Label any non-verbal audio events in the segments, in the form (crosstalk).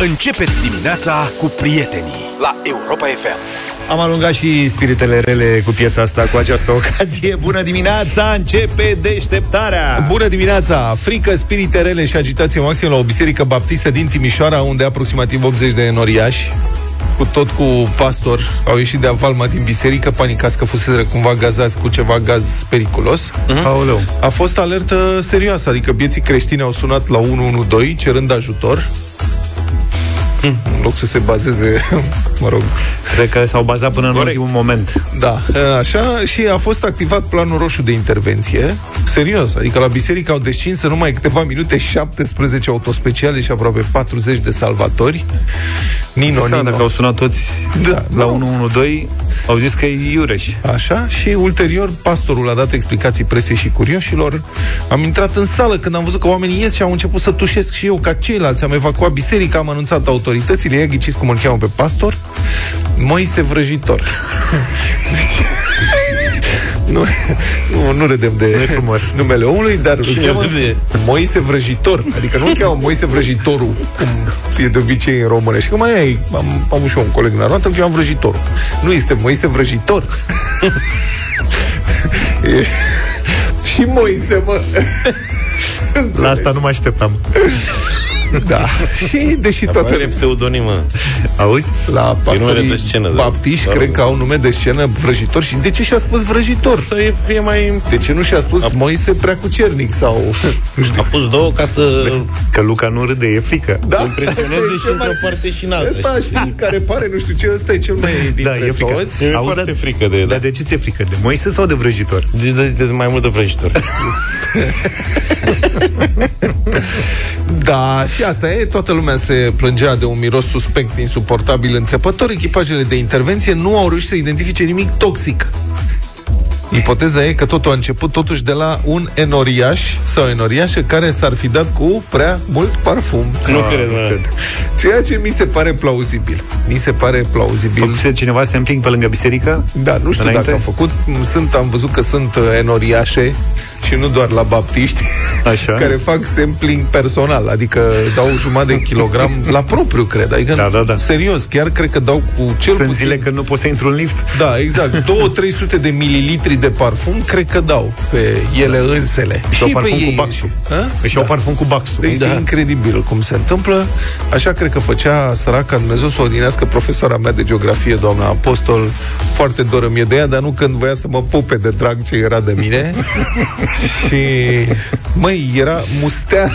Începeți dimineața cu prietenii la Europa FM. Am alungat și spiritele rele cu piesa asta cu această ocazie. Bună dimineața, începe deșteptarea! Bună dimineața! Frică, spirite rele și agitație maximă la o biserică baptistă din Timișoara, unde aproximativ 80 de noriași cu tot cu pastor au ieșit de avalma din biserică, panicați că fuseseră cumva gazați cu ceva gaz periculos. Aoleu. A fost alertă serioasă, adică vieții creștini au sunat la 112 cerând ajutor. În loc să se bazeze, (laughs) mă rog, Hm. Cred că s-au bazat până Corect. în ultimul moment. Da, așa, și a fost activat planul roșu de intervenție. Serios, adică la biserică au descins în numai câteva minute 17 autospeciale și aproape 40 de salvatori. Nino, Nino, Nino. dacă au sunat toți Da, la nu. 112, au zis că e iureș. Așa, și ulterior pastorul a dat explicații presei și curioșilor. Am intrat în sală când am văzut că oamenii ies și au început să tușesc și eu ca ceilalți. Am evacuat biserica, am anunțat autoritățile, ia ghiciți cum îl cheamă pe pastor. Moise (laughs) Vrăjitor. Deci, nu, nu, nu râdem de numele omului, dar îl cheamă Moise Vrăjitor. Adică nu îl cheamă Moise Vrăjitorul, cum e de obicei în românești. Că mai ai, am, am avut și eu un coleg în armată, îl cheamă Vrăjitorul. Nu este Moise Vrăjitor. e, și Moise, mă. La asta nu mă așteptam. Da. Și deși toate Are pseudonimă. Auzi? la pastorii de scenă, da. baptiști, Da. cred că au nume de scenă vrăjitor și de ce și-a spus vrăjitor? Să fie mai... De ce nu și-a spus Moise Preacucernic sau... Nu știu. (laughs) A pus două ca să Că Luca nu râde, e frică. Da? (laughs) impresioneze și într-o parte și în alta. Ăsta știi? știi, care pare, nu știu ce, ăsta e cel mai dintre Da, e frică. toți. Mi-e Auzi, foarte dar- frică de el. da. Dar de ce ți-e frică? De Moise sau de vrăjitor? De, de, de mai mult de vrăjitor. (laughs) Da, și asta e, toată lumea se plângea de un miros suspect insuportabil înțepător, echipajele de intervenție nu au reușit să identifice nimic toxic. Ipoteza e că totul a început totuși de la un enoriaș sau enoriașă care s-ar fi dat cu prea mult parfum. Ah, Nu cred, mă. Ceea ce mi se pare plauzibil. Mi se pare plauzibil. Făcuse cineva sampling pe lângă biserică? Da, nu știu Înainte? dacă am făcut. Sunt, am văzut că sunt uh, enoriașe și nu doar la baptiști, Așa. (laughs) care fac sampling personal, adică dau jumătate de kilogram la propriu, cred. Adică, Da, da, da. serios, chiar cred că dau cu cel Sunt puțin... zile când nu poți să intru în lift. Da, (laughs) exact. 2-300 de mililitri de parfum, cred că dau pe ele însele. Și, și parfum cu înși- baxul. A? Își iau Deci parfum cu baxul. Este da. incredibil cum se întâmplă. Așa cred că făcea săraca Dumnezeu să odinească profesoara mea de geografie, doamna Apostol. Foarte dor îmi e de ea, dar nu când voia să mă pupe de drag ce era de (laughs) mine. și, măi, era mustea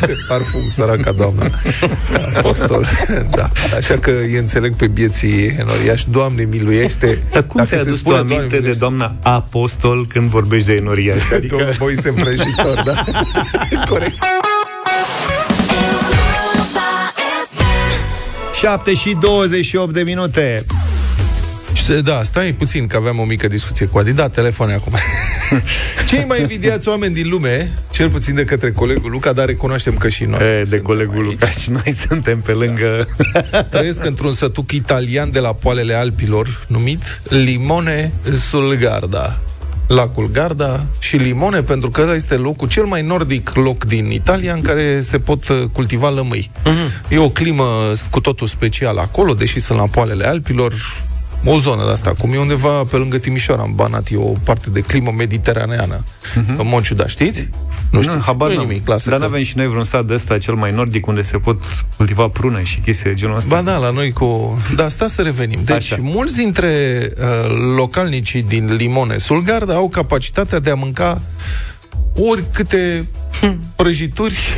de parfum, săraca doamna (laughs) Apostol. da. Așa că îi înțeleg pe bieții enoriași. Doamne, miluiește! Dar cum Dacă ți-ai se adus tu spune, aminte Doamne, de miluiește, doamna Apostol când vorbești de (laughs) enoriaș? Adică Domnul Moise Vrăjitor, (laughs) da? Corect. 7 și 28 de minute. Și se- Da, stai puțin, că aveam o mică discuție cu Adi. Da, telefoane acum. Cei mai invidiați oameni din lume, cel puțin de către colegul Luca, dar recunoaștem că și noi. E, de suntem colegul aici. Da. Luca și noi suntem pe lângă... Trăiesc într-un sătuc italian de la poalele Alpilor, numit Limone sul Garda. Lacul Garda și Limone, pentru că ăla este locul cel mai nordic loc din Italia în care se pot uh, cultiva lămâi. Mhm. E o climă cu totul specială acolo, deși sunt la poalele Alpilor, o zonă de asta, cum e undeva pe lângă Timișoara, în Banat, e o parte de climă mediteraneană. În Monciu, da, știți? Nu știu, habar nu n-am. nimic, lasă Dar că- n-avem și noi vreun sat de ăsta cel mai nordic unde se pot cultiva prune și chestii de genul ăsta. Ba da, la noi cu... Da, sta să revenim. Deci, Așa. Așa. mulți dintre uh, localnicii din Limone, Sulgarda, au capacitatea de a mânca oricâte prăjituri (laughs)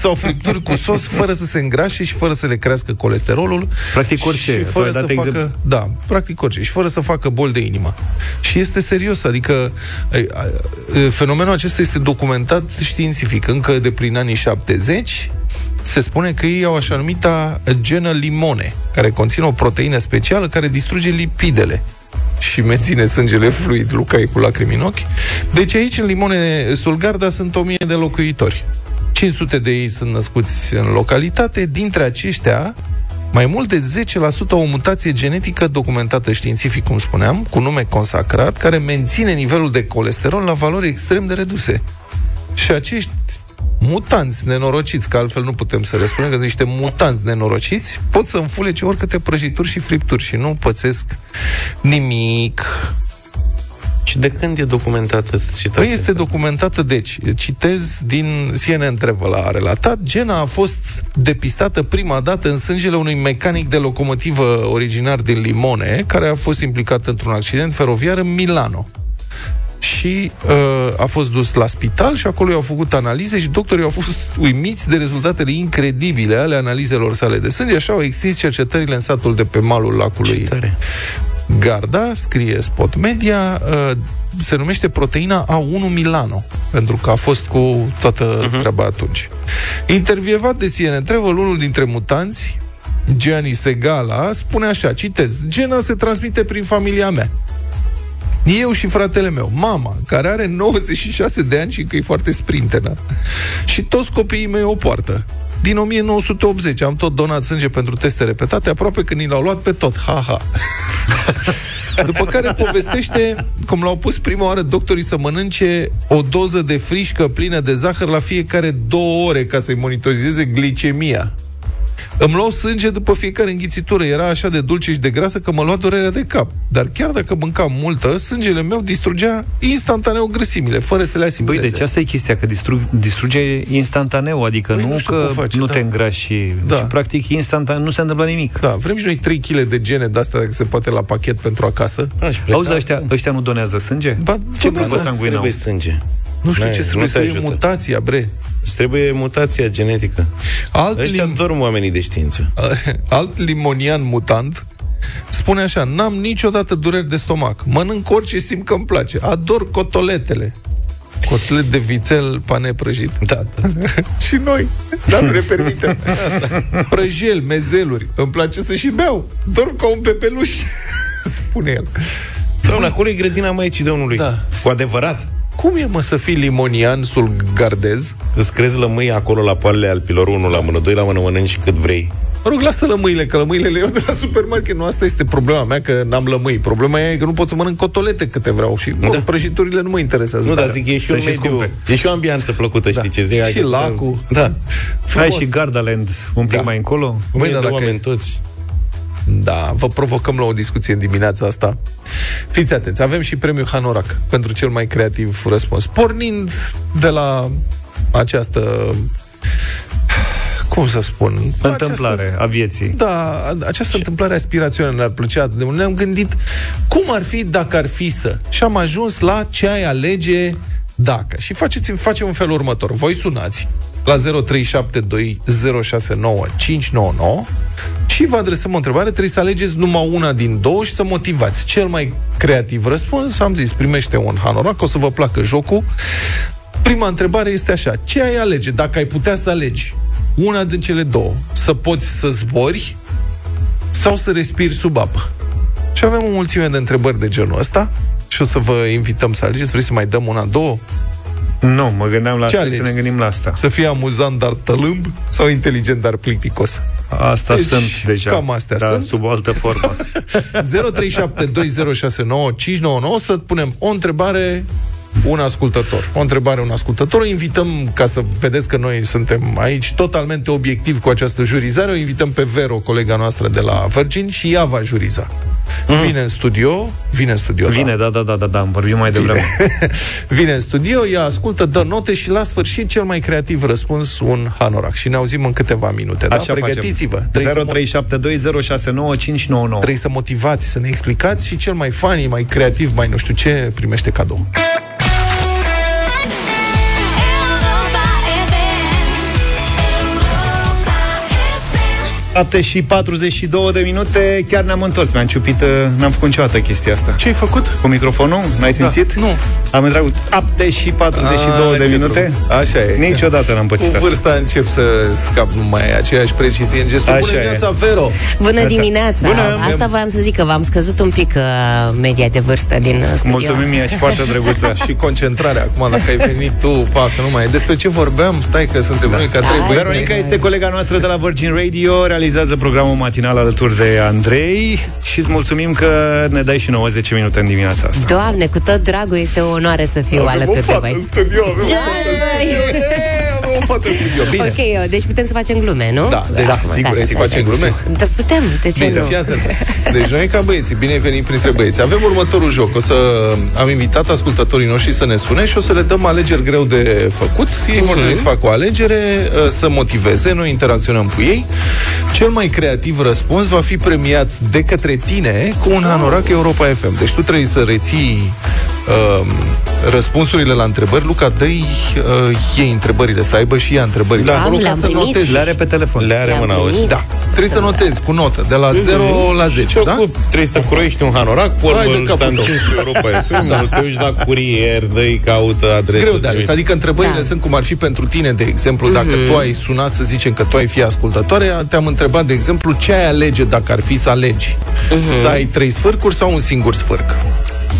sau fripturi cu sos fără să se îngrașe și fără să le crească colesterolul. Practic orice. Și Tu fără ai să dat facă... exemplu. Da, practic orice. Și fără să facă bol de inimă. Și este serios, adică ai, ai, ai, fenomenul acesta este documentat științific. Încă de prin anii 70 se spune că ei au așa numita genă limone, care conține o proteină specială care distruge lipidele și menține sângele fluid. Luca e cu lacrimi în ochi. Deci aici, în Limone Sulgarda, sunt 1000 de locuitori. 500 de ei sunt născuți în localitate. Dintre aceștia, mai mult de 10% au o mutație genetică documentată științific, cum spuneam, cu nume consacrat, care menține nivelul de colesterol la valori extrem de reduse. Și acești mutanți nenorociți, că altfel nu putem să le spunem că sunt niște mutanți nenorociți, pot să înfulece oricâte prăjituri și fripturi și nu pățesc nimic. Și de când e documentată situația? Păi este documentată, deci, citez din CNN Travel a relatat, Gena a fost depistată prima dată în sângele unui mecanic de locomotivă originar din Limone, care a fost implicat într-un accident feroviar în Milano. Și uh, a fost dus la spital și acolo i-au făcut analize și doctorii au fost uimiți de rezultatele incredibile ale analizelor sale de sânge. Așa au extins cercetările în satul de pe malul lacului Ce tare. Garda, scrie Spot Media, uh, se numește proteina A1 Milano, pentru că a fost cu toată Mhm. uh-huh. treaba atunci. Intervievat de CNN Travel, unul dintre mutanți, Gianni Segala, spune așa, citez, gena se transmite prin familia mea. Eu și fratele meu, mama, care are 96 de ani și că e foarte sprintenă. Și toți copiii mei o poartă. Din 1980 am tot donat sânge pentru teste repetate, aproape că ni l-au luat pe tot. Ha-ha. (laughs) După care povestește cum l-au pus prima oară doctorii să mănânce o doză de frișcă plină de zahăr la fiecare două ore ca să-i monitorizeze glicemia. Îmi luau sânge după fiecare înghițitură. Era așa de dulce și de grasă că mă lua durerea de cap. Dar chiar dacă mâncam multă, sângele meu distrugea instantaneu grăsimile, fără să le Păi, asimileze. deci asta e chestia, că distrug, distruge instantaneu, adică Păi, nu, nu știu că cum faci, nu da. te îngrași și... Da. Deci, practic, instantaneu, nu se întâmplă nimic. Da, vrem și noi 3 kg de gene de astea, dacă se poate, la pachet pentru acasă. Aș pleca. Auzi, ăștia, ăștia nu donează sânge? Ba, Ce donează, vă Îți sanguinau? trebuie sânge. Nu știu N-ai, ce nu trebuie te să e ajută. mutația, bre. Îți trebuie mutația genetică. Alt, Ăștia lim- dorm oamenii de știință. (laughs) alt limonian mutant spune așa, n-am niciodată dureri de stomac, mănânc orice simt că îmi place, ador cotoletele. Cotlet de vițel, pane prăjit. Da, da. (laughs) și noi, dar nu ne permitem. Asta. Prăjel, mezeluri, îmi place să și beau, dorm ca un pepeluș, (laughs) spune el. Doamne, acolo e grădina Maicii Domnului. Da. Cu adevărat. Cum e, mă, să fii limonian, sulgardez? Îți crezi lămâi acolo la poalele al pilor 1 la mână, 2 la mână mănânci cât vrei. Mă rog, lasă lămâile, că lămâile le iau de la supermarket. Nu, asta este problema mea, că n-am lămâi. Problema e că nu pot să mănânc cotolete câte vreau și da. prăjiturile nu mă interesează. Nu, dar zic, e și Sunt un și mediu, scumpe. e și o ambianță plăcută, știi ce zic? Da. Și lacul. Da. Hai Frumos. și Gardaland un pic Da. mai încolo. Mâine Mâine, de dacă- oameni toți. Da, vă provocăm la o discuție în dimineața asta. Fiți atenți, avem și premiul Hanorac pentru cel mai creativ răspuns. Pornind de la această... Cum să spun? Întâmplare a vieții. Da, această întâmplare aspirațională ne-ar plăcea atât de mult. Ne-am gândit cum ar fi dacă ar fi să. Și am ajuns la ce ai alege dacă. Și faceți, facem în felul următor. Voi sunați la 0372069599 și vă adresăm o întrebare. Trebuie să alegeți numai una din două și să motivați. Cel mai creativ răspuns, am zis, primește un hanorac, o să vă placă jocul. Prima întrebare este așa. Ce ai alege dacă ai putea să alegi una din cele două? Să poți să zbori sau să respiri sub apă? Și avem o mulțime de întrebări de genul ăsta și o să vă invităm să alegeți. Vrei să mai dăm una, două? Nu, mă gândeam la Ce asta, să alegi? ne gândim la asta. Să fie amuzant, dar tălâmb sau inteligent, dar plicticos? Asta Deci, sunt deja. cam astea dar sunt. sub o altă (laughs) formă. 0372069599 să punem o întrebare un ascultător. O întrebare un ascultător. O invităm, ca să vedeți că noi suntem aici totalmente obiectiv cu această jurizare, o invităm pe Vero, colega noastră de la Virgin și ea va juriza. Vine în studio, vine în studio. Mm. Vine, da, da, da, da, da, am vorbit mai devreme. Vine (laughs) în studio, ea ascultă, dă note și la sfârșit cel mai creativ răspuns un hanorac. Și ne auzim în câteva minute. da? Așa Deci, Pregătiți-vă. Trebuie să mă- facem. 0372069599. Trebuie să motivați, să ne explicați și cel mai funny, mai creativ, mai nu știu ce primește cadou. Europa 7 și 42 de minute, chiar ne-am întors. Mi-am ciupit, uh, n-am făcut niciodată chestia asta. Ce ai făcut? Cu microfonul? N-ai simțit? Da. nu. Am intrat cu 7 și 42 A, de ce minute. drăguț. Așa e. Niciodată n-am Cu pățit asta. vârsta încep să scap numai aceeași precizie în gestul. Așa Bună e. dimineața, Vero! Bună dimineața! Bună! Asta voiam să zic că v-am scăzut un pic uh, media de vârstă din uh, studio. Mulțumim, e și foarte drăguță. (laughs) Și concentrarea acum, dacă ai venit tu, pa, că nu mai e. Despre ce vorbeam? Stai că suntem noi ca trei băieți. Veronica este colega noastră de la Virgin Radio, realizează programul matinal alături de Andrei și îți mulțumim că ne dai și 90 minute în dimineața asta. Doamne, cu tot dragul este o onoare să fiu Avem o alături de fată în voi. studio, avem o fată în Ai! studio. E, avem o poate să eu. Bine. Okay. Ok, deci putem să facem glume, nu? Da, deci, Acum, sigur, să facem glume? Da, putem, de ce Bine, nu? fii atent. Deci noi ca băieții, bine ai venit printre băieți. Avem următorul joc. O să am invitat ascultătorii noștri să ne sune și o să le dăm alegeri greu de făcut. Ei vor trebui să facă o alegere, uh, să motiveze, noi interacționăm cu ei. Cel mai creativ răspuns va fi premiat de către tine cu un anorac Europa FM. Deci tu trebuie să reții um, răspunsurile la întrebări. Luca, dă-i uh, ei întrebările, să aibă și ea întrebările. Am, acolo ca le-am să primit. notezi. Le are pe telefon. Le are Le-am mâna primit. auzi. Da. Trebuie să notezi cu notă, de Păi, la 0 la 10, Ce da? cu, trebuie să curoiești un hanorac, pe Hai de urmă îl capul tău. stancezi pe (laughs) Europa FM, da. te uiți la curier, dă-i caută adresa. Greu de ales. Adică întrebările Da. Mhm. sunt cum ar fi pentru tine, de exemplu, dacă tu ai sunat să zicem că tu ai fi ascultătoare, te-am întrebat, de exemplu, ce ai alege dacă ar fi să alegi? Mhm. Să ai trei sfârcuri sau un singur (laughs) sfârc?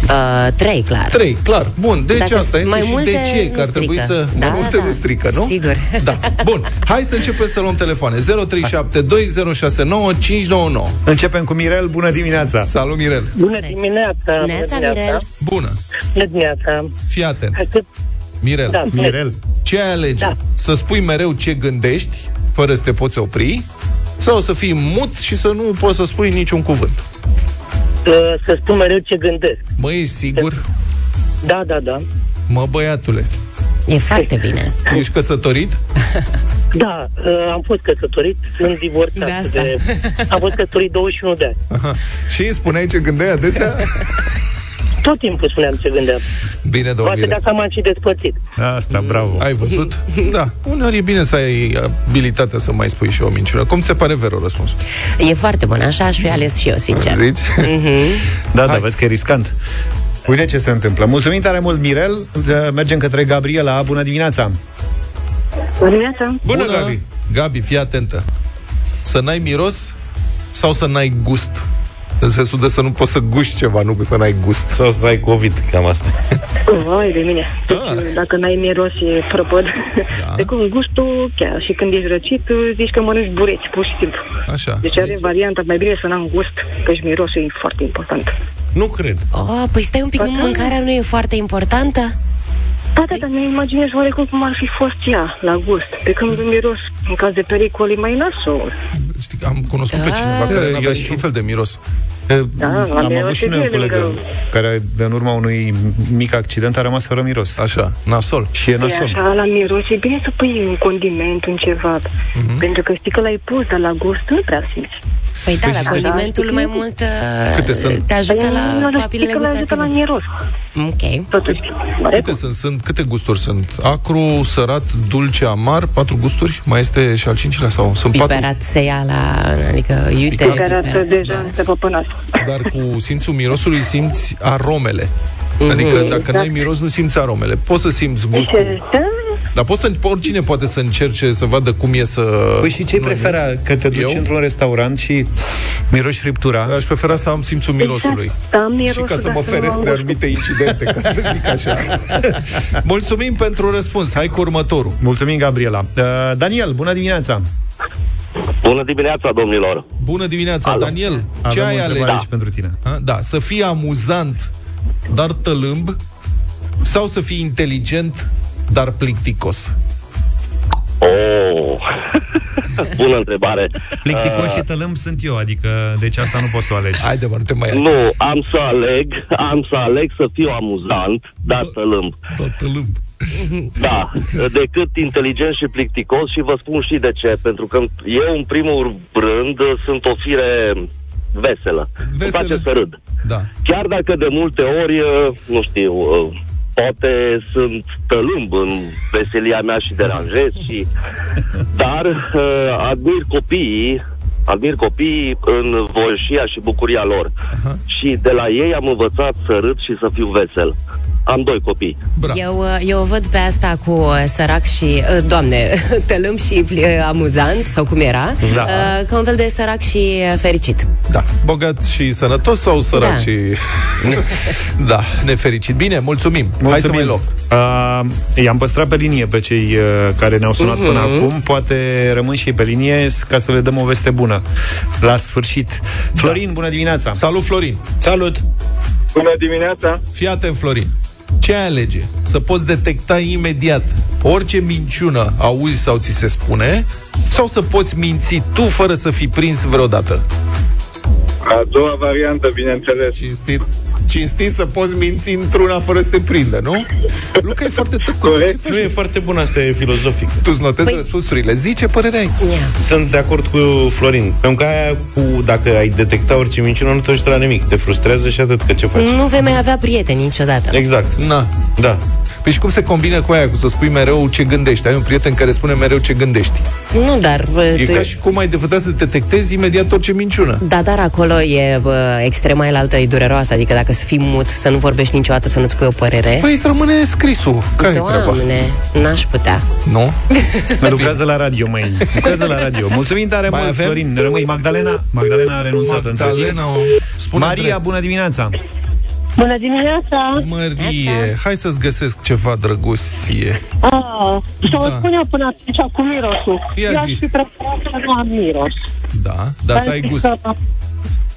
Uh, trei, clar. Trei, clar. Bun, deci Dacă asta este mai și multe de ce, că nu ar trebui strică. să... Da, mai multe da. nu strică, nu? Sigur. Da. Bun, hai să începem să luăm telefoane. 0372069599. Începem cu Mirel, bună dimineața! Salut, Mirel. Bună dimineața! Neața, Mirel. Bună. Bună dimineața! Fii atent. Hai să... Mirel. Da, Mirel, Ce ai alege? Da. Da. Să spui mereu ce gândești, fără să te poți opri, sau să fii mut și să nu poți să spui niciun cuvânt. Să, să spun mereu ce gândesc. Mă, ești sigur? Da, da, da. Mă, băiatule, E foarte bine. ești căsătorit? Da, uh, am fost căsătorit, sunt divorțat. De asta. Am fost căsătorit 21 de ani. Aha. Și îi spuneai ce gândeai adesea? Tot timpul spuneam ce gândeam. Bine, Poate de domnule. asta m-am și despărțit. asta, bravo! Ai văzut? Da. Uneori e bine să ai abilitatea să mai spui și o minciună. Cum ți se pare, Vero, răspunsul? E foarte bun, așa aș fi ales și eu, sincer. Mhm. Zici? Da, da, Hai. vezi că e riscant. Uite ce se întâmplă. Mulțumim tare mult, Mirel. De- Mergem către Gabriela. Bună dimineața! Bună dimineața! Bună, Gabi! Gabi, fii atentă. Să n-ai miros sau să n-ai gust? În sensul de să nu poți să guști ceva, nu să n-ai gust. Sau să ai COVID, cam asta. Vai de mine! Deci, dacă n-ai miros, e prăpăd. Da. De cum gustul, chiar și când ești răcit, zici că mănânci bureci, pur și simplu. Așa. Deci are varianta mai bine să n-am gust, că și mirosul e foarte important. Nu cred. Oh, păi stai un pic, nu, mâncarea nu e foarte importantă? Păi, Da, da, dar ne imaginez oarecum cum ar fi fost ea, la gust. Pe când un miros, în caz de pericol, e mai nasol. Știi, că am cunoscut pe cineva Eu- care nu avea eu niciun și- fel de miros. Da, la Am mine avut și o să noi un fie colegă lângă- care, de în urma unui mic accident, a rămas fără miros. Așa, nasol. Și e E nasol. așa, la miros, e bine să pui un condiment, un ceva. Pentru că știi că l-ai pus, dar la gust nu prea simți. Păi da, Păi la și- condimentul mai mult uh, Câte sunt? te ajută Dar eu la Da, știi papilele că le ajută la gustative. miros, Ok. totuși. Câte, sunt, sunt, câte gusturi sunt? Acru, sărat, dulce, amar, patru gusturi? Mai este și al cincilea sau sunt patru? Piperat se ia la... Adică iute. Care arată piperat, Da. deja se păpânas. Dar cu simțul mirosului simți aromele. Adică dacă n-ai miros, nu simți aromele. Poți să simți Ce? gustul. Dar poți să, oricine poate să încerce să vadă cum e să... Păi și ce nu ai prefera? Că te duci Eu? într-un restaurant și miroși miros. friptura? Aș prefera să am simțul (laughs) mirosului. Da, mirosul, Și ca să dar mă nu feresc am de gust. anumite incidente, ca să zic așa. (laughs) Mulțumim pentru răspuns. Hai cu următorul. Mulțumim, Gabriela. Uh, Daniel, bună dimineața! Bună dimineața, domnilor! Bună dimineața, Alo. Daniel. Ce ai Avem o alege? întrebare și pentru tine. Da. da, să fii amuzant, dar tălâmb, sau să fii inteligent, dar plicticos. Oh! Bună întrebare! Plicticos și tălâm sunt eu, adică deci asta nu poți să o alegi. Haide, mă, nu te mai iert. Nu, am să aleg, am să aleg să fiu amuzant, dar tălâmb. Tot tălâmb. Da, decât inteligent și plicticos și vă spun și de ce, pentru că eu, în primul rând, sunt o fire veselă. Îmi Veselă. face să râd. Da. Chiar dacă de multe ori, uh, nu știu, uh, poate sunt tălâmb în veselia mea și deranjez și... Dar uh, admir copiii, admir copiii în voșia și bucuria lor. Și de la ei am învățat să râd și să fiu vesel. Am doi copii. Bra. Eu, uh, eu o văd pe asta cu uh, sărac și, uh, doamne, (laughs) tălâm și uh, amuzant, sau cum era, Da. uh, ca un fel de sărac și uh, fericit. Da. Bogat și sănătos sau sărac Da. și... (laughs) da, nefericit. Bine, mulțumim. Hai să mai luăm. Uh, i-am păstrat pe linie pe cei uh, care ne-au sunat Mhm. până acum. Poate rămân și ei pe linie s- ca să le dăm o veste bună. La sfârșit. Da. Florin, bună dimineața! Salut, Florin. Salut! Bună dimineața! Fii atent, Florin. Ce ai alege? Să poți detecta imediat orice minciună auzi sau ți se spune sau să poți minți tu fără să fii prins vreodată? A doua variantă, bineînțeles. Cinstit, cinstit să poți minți într-una fără să te prindă, nu? Luca e foarte tăcut. Corect. Ce faci? Păi- Nu e foarte bun, asta e filozofică. Da. Tu îți notezi Păi- răspunsurile. Zi ce părere ai. Ia. Sunt de acord cu Florin. Pentru că aia cu, dacă ai detecta orice minciună, nu te ajută la nimic. Te frustrează și atât că ce faci. Nu vei mai avea prieteni niciodată. Exact. Na. Da. Ah. Păi și cum se combină cu aia, cu să spui mereu ce gândești? Ai un prieten care spune mereu ce gândești. Nu, dar... uh, E te- ca și cum ai de putea să detectezi imediat orice minciună. Da, dar acolo e bă, extrema elaltă, e dureroasă, adică dacă să fii mut, să nu vorbești niciodată, să nu-ți pui o părere. Păi îți rămâne scrisul. Care e treaba? Doamne, n-aș putea. Nu? (laughs) Lucrează la radio, mai. Lucrează la radio. Mulțumim tare Mai mult, avem? Florin. Rămâi Magdalena. Magdalena a renunțat între Magdalena, o... Spune Maria, bună dimineața! Bună dimineața! Mărie, hai să-ți găsesc ceva drăguție. Ah, să vă Da. spun eu până atunci cu mirosul. Ia eu aș zi. fi preferat să nu am miros. Da, dar să ai Pentru gust. că- Da,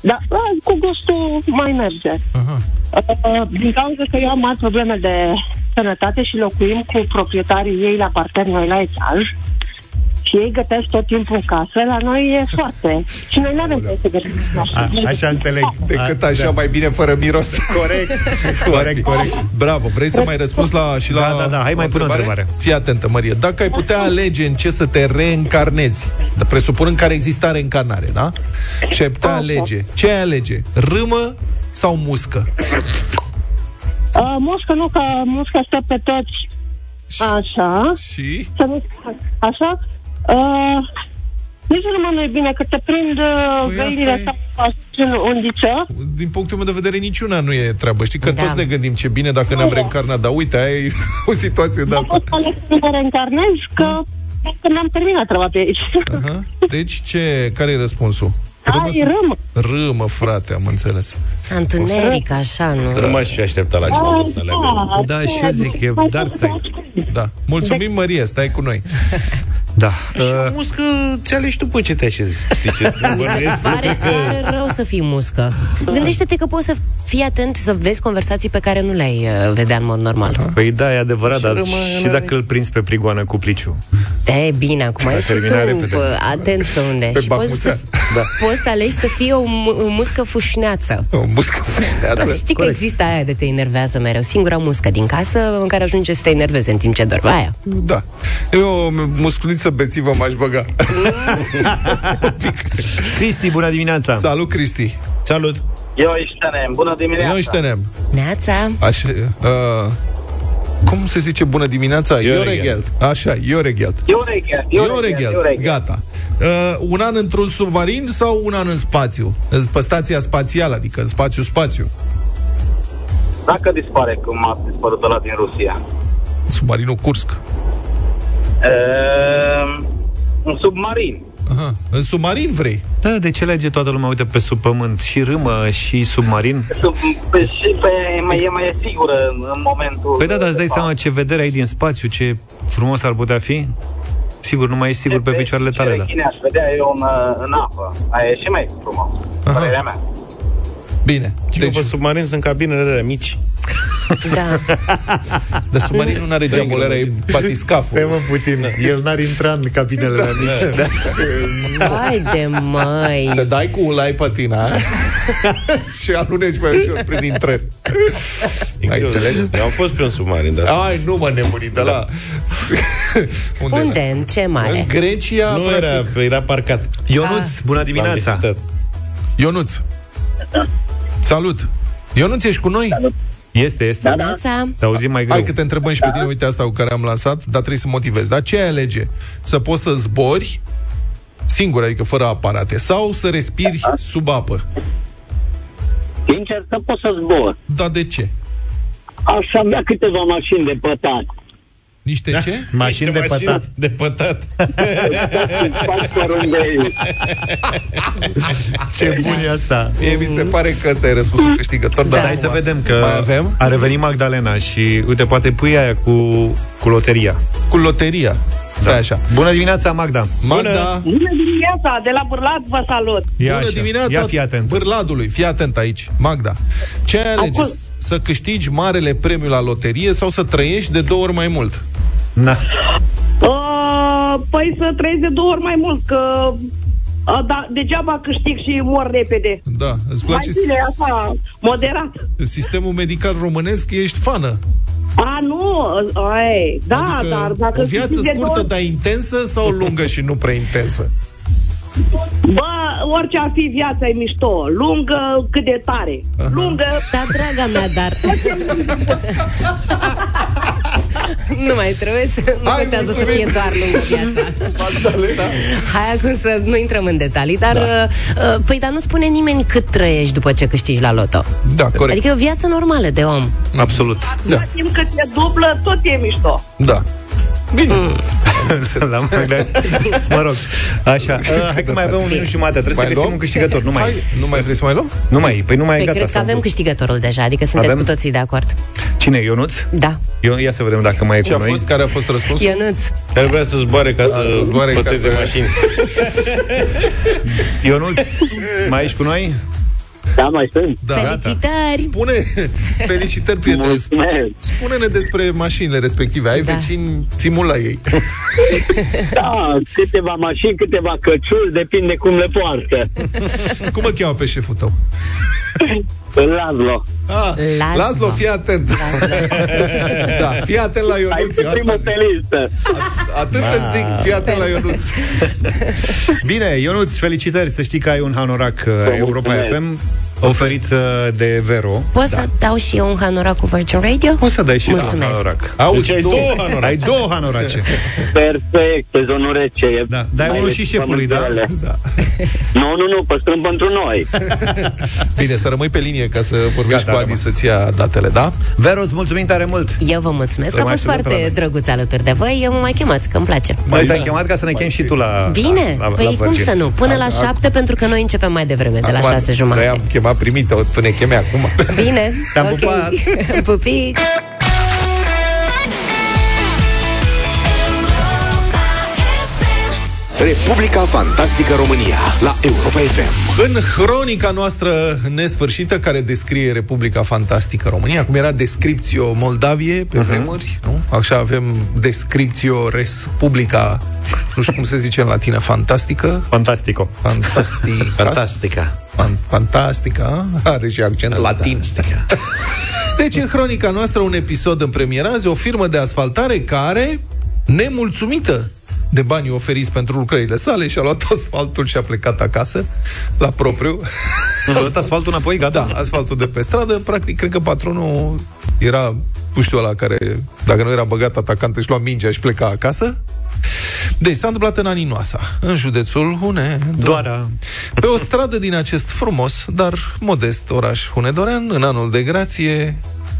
da, cu gustul mai merge. Aha. Uh, Din cauza că eu am mari probleme de sănătate și locuim cu proprietarii ei la parter, noi la etaj. Și ei gătesc tot timpul în casă, la (laughs) noi e foarte. Și noi nu avem voie să gătim. Așa înțeleg. Decât așa mai bine fără miros. Corect. (laughs) corect, corect. Bravo. Vrei să mai răspunzi la și la Da, da, da. Hai mai pune o întrebare. Fii atentă, Maria. Dacă ai putea alege în ce să te reîncarnezi, dar presupunând care exista reîncarnare, da? Și ai putea alege. Ce ai alege? Râmă sau muscă? Uh, muscă nu, că musca stă pe toți. Așa. Și? Să nu Așa. Uh, nici nu mă nu bine, că te prind uh, Păi asta găinile e. sau faci în undiță. Din punctul meu de vedere, niciuna nu e treabă. Știi că Da. da. toți ne gândim ce bine dacă ne-am reîncarnat, dar uite, ai (laughs) o situație de Am asta. fost ales să mă reîncarnez, că Mm. că n-am terminat treaba pe aici. Aha. Deci, ce, care e răspunsul? Râmă Da. Ai sau- râmă. Râmă, frate, am înțeles. Întuneric, așa, Păi nu? Nu m-aș fi așteptat la cineva să aleagă. Da, și eu zic, e dark side. Da. Mulțumim, Deci- Maria, stai cu noi. Da. Și o muscă ți alegi tu pe ce te așezi. Știi ce? Bănuiesc. Pare, pare rău să fii muscă. Gândește-te că poți să fii atent să vezi conversații pe care nu le-ai uh, vedea în mod normal. Păi da, e adevărat, dar rămâne și la dacă îl prinzi pe prigoană cu pliciu. E bine, acum ești tu terminat repede. bă, atent pe unde. Pe și poți să, Bacuțean. da. poți să alegi să fii o, mu- o muscă fâșneață. O muscă fruneață. Da, Știi că există aia de te enervează mereu, singura muscă din casă în care ajunge să te enerveze în timp ce dormi. Aia. Da. Eu o musculiță bețivă m-aș (laughs) băga. Cristi, bună dimineața! Salut, Cristi. Salut. Eu ești tănem. Bună dimineața. Noi ștenem. Neața, Așa, uh, cum se zice bună dimineața? Ioregheld. Ioregheld. Așa, Ioregheld. Eu reghet. Ioregheld. Gata. Uh, un an într-un submarin sau un an în spațiu? În- Pe stația spațială, adică în spațiu-spațiu. Dacă dispare, cum a dispărut ăla din Rusia. Submarinul Kursk. Uh, un submarin. Aha. În submarin vrei? Da, de ce lege toată lumea, uite, pe sub pământ? Și râmă, și submarin? Sub, pe, Păi și pe, mai, e mai sigură în, în momentul... Păi da, dar îți dai de seama fapt. ce vedere ai din spațiu, ce frumos ar putea fi? Sigur, nu mai ești sigur pe Ce- picioarele ce tale, da. rechine aș vedea eu în, uh, în apă. Aia e și mai frumos. Aha. Părerea mea. Bine. Deci... Deci, După submarin sunt cabinele alea mici. da. (laughs) dar submarinul nu are geamulera, e Da. Stai patiscaful. mă puțin, el n-ar intra în cabinele la mici. Da. Vai de măi. Te dai cu ulai patina și aluneci mai ușor prin intrări. E Ai greu. înțeles? Eu am fost pe un submarin, dar... Ai, nu mă nebuni, de la... Unde? Unde? În ce mare? În (laughs) Grecia, Nu era, era parcat. Da. Ionuț, bună dimineața! L-am vizitat. Ionuț. Da. Salut. Ionuț, ești cu noi? Este, este. Da, Neața, Te auzim mai greu. Hai că te întrebăm și pe tine, uite asta cu care am lansat, dar trebuie să motivezi. Dar ce ai alege? Să poți să zbori singur, adică fără aparate, sau să respiri sub apă. Sincer, să pot să zbor. Dar de ce? Aș avea câteva mașini de pătat. Niște ce? Mașini de Da. Niște De pătat. (laughs) pătat. Fac porumbei. Ce bun e asta. Mie mi se pare că ăsta e răspunsul câștigător. Da, dar hai acum- să vedem că Mai avem? a revenit Magdalena și, uite, poate pui aia cu, cu loteria. Cu loteria. Stai da. așa. Bună dimineața, Magda! Magda, Bună dimineața, de la Burlat vă salut. Ia bună așa. dimineața Ia fi atent. Bârladului. Fii atent aici. Magda, ce ai alege? Ascult. S- să câștigi marele premiu la loterie sau să trăiești de două ori mai mult? Na. Uh, păi să trăiesc de două ori mai mult, că uh, da, degeaba câștig și mor repede. Da, îți place Mai bine, așa, moderat. sistemul medical românesc, ești fană. A, nu, ai, da, Adică dar dacă o viață câștigi de scurtă, două- dar intensă sau lungă și nu prea intensă? Bă, orice ar fi viața e mișto, lungă cât de tare. Lungă... Da, draga mea, dar... Nu mai trebuie să... Nu Hai, contează să mulțumim. fie doar lungă viața. Hai acum să nu intrăm în detalii, dar... uh, uh, Păi, dar nu spune nimeni cât trăiești după ce câștigi la loto. Da, corect. Adică e o viață normală de om. Absolut. Da. Timp cât e dublă, tot e mișto. Da. Bine. (laughs) La mă, mă rog, așa. Uh, hai că mai avem un minut și jumătate. Trebuie da. Mai să găsim luăm? un câștigător. Nu mai, Hai, nu mai vrei să mai luăm? Nu mai, păi nu mai e Păi, gata. cred că s-a avem întors. câștigătorul deja, adică sunteți Avem? cu toții de acord. Cine, Ionuț? Da. Eu, ia să vedem dacă mai e Ce cu a noi. fost? Care a fost răspunsul? Ionuț, Care vrea să zboare ca să zboare ca păteze să- (laughs) mașini. Ionuț, mai ești cu noi? Da, mai sunt. Da, Felicitări! Spune, (laughs) felicitări, prietene. Spune-ne despre mașinile respective. Ai da. vecini, ții mult la ei. (laughs) Da, câteva mașini, câteva căciuri, depinde cum le poartă. Cum îl cheamă pe șeful (laughs) tău? Îl Lazlo. Ah, Laszlo. Laszlo, fii atent. (laughs) da, fii atent la Ai Ionuț. fi eu asta primul zic. pe listă. Atât îți zic, fii atent la Ionuț. Bine, Ionuț, felicitări. Să știi că ai un hanorac uh, Europa FM oferit uh, de Vero. Da. poți să dau și eu un hanorac cu Virgin Radio? Poți să dai și tu un Mulțumesc. hanorac. Auzi, ai două hanorace. Ai două hanorace. Perfect, pe zonul rece. E Da, dai mai unul rece și șefului, da? pământurile. Da. Nu, nu, nu, păstrăm pentru noi. (laughs) Bine, să rămâi pe linie ca să vorbești Gata, cu am Adi să-ți ia datele, da? Vero, îți mulțumim tare mult. Eu vă mulțumesc, Să a mai așteptăm fost pe la foarte noi. drăguț alături de voi. Eu mă mai chemați, că îmi place. Mai te-ai chemat ca să ne chem și tu la Bine, la, la, păi cum Virgin. să nu? Până la șapte, pentru că noi începem mai devreme, de la Acum, șase jumătate. Noi am chemat primită, tu ne cheme acum. Bine, Te-am ok. pupat. (laughs) Pupici! Republica Fantastică România la Europa FM. (laughs) În hronica noastră nesfârșită, care descrie Republica Fantastică România, cum era Descripțio Moldavie pe uh-huh. vremuri, nu? Așa avem Descripțio Republica, nu știu cum se zice în latină, fantastică, Fantastico. fantastica, Fantastica. fan, fantastica, a? are și accent latin. Deci, în hronica noastră, un episod în premieră azi, o firmă de asfaltare care, nemulțumită de banii oferiți pentru lucrările sale, și-a luat asfaltul și a plecat acasă, la propriu. Îți dat asfaltul înapoi, gata? Da, asfaltul de pe stradă, practic, cred că patronul era, nu știu ăla care, dacă nu era băgat atacant, își lua mingea și pleca acasă. Deci s-a întâmplat în Aninoasa, în județul Hunedoara. Doara. Pe o stradă din acest frumos, dar modest oraș hunedorean, în anul de grație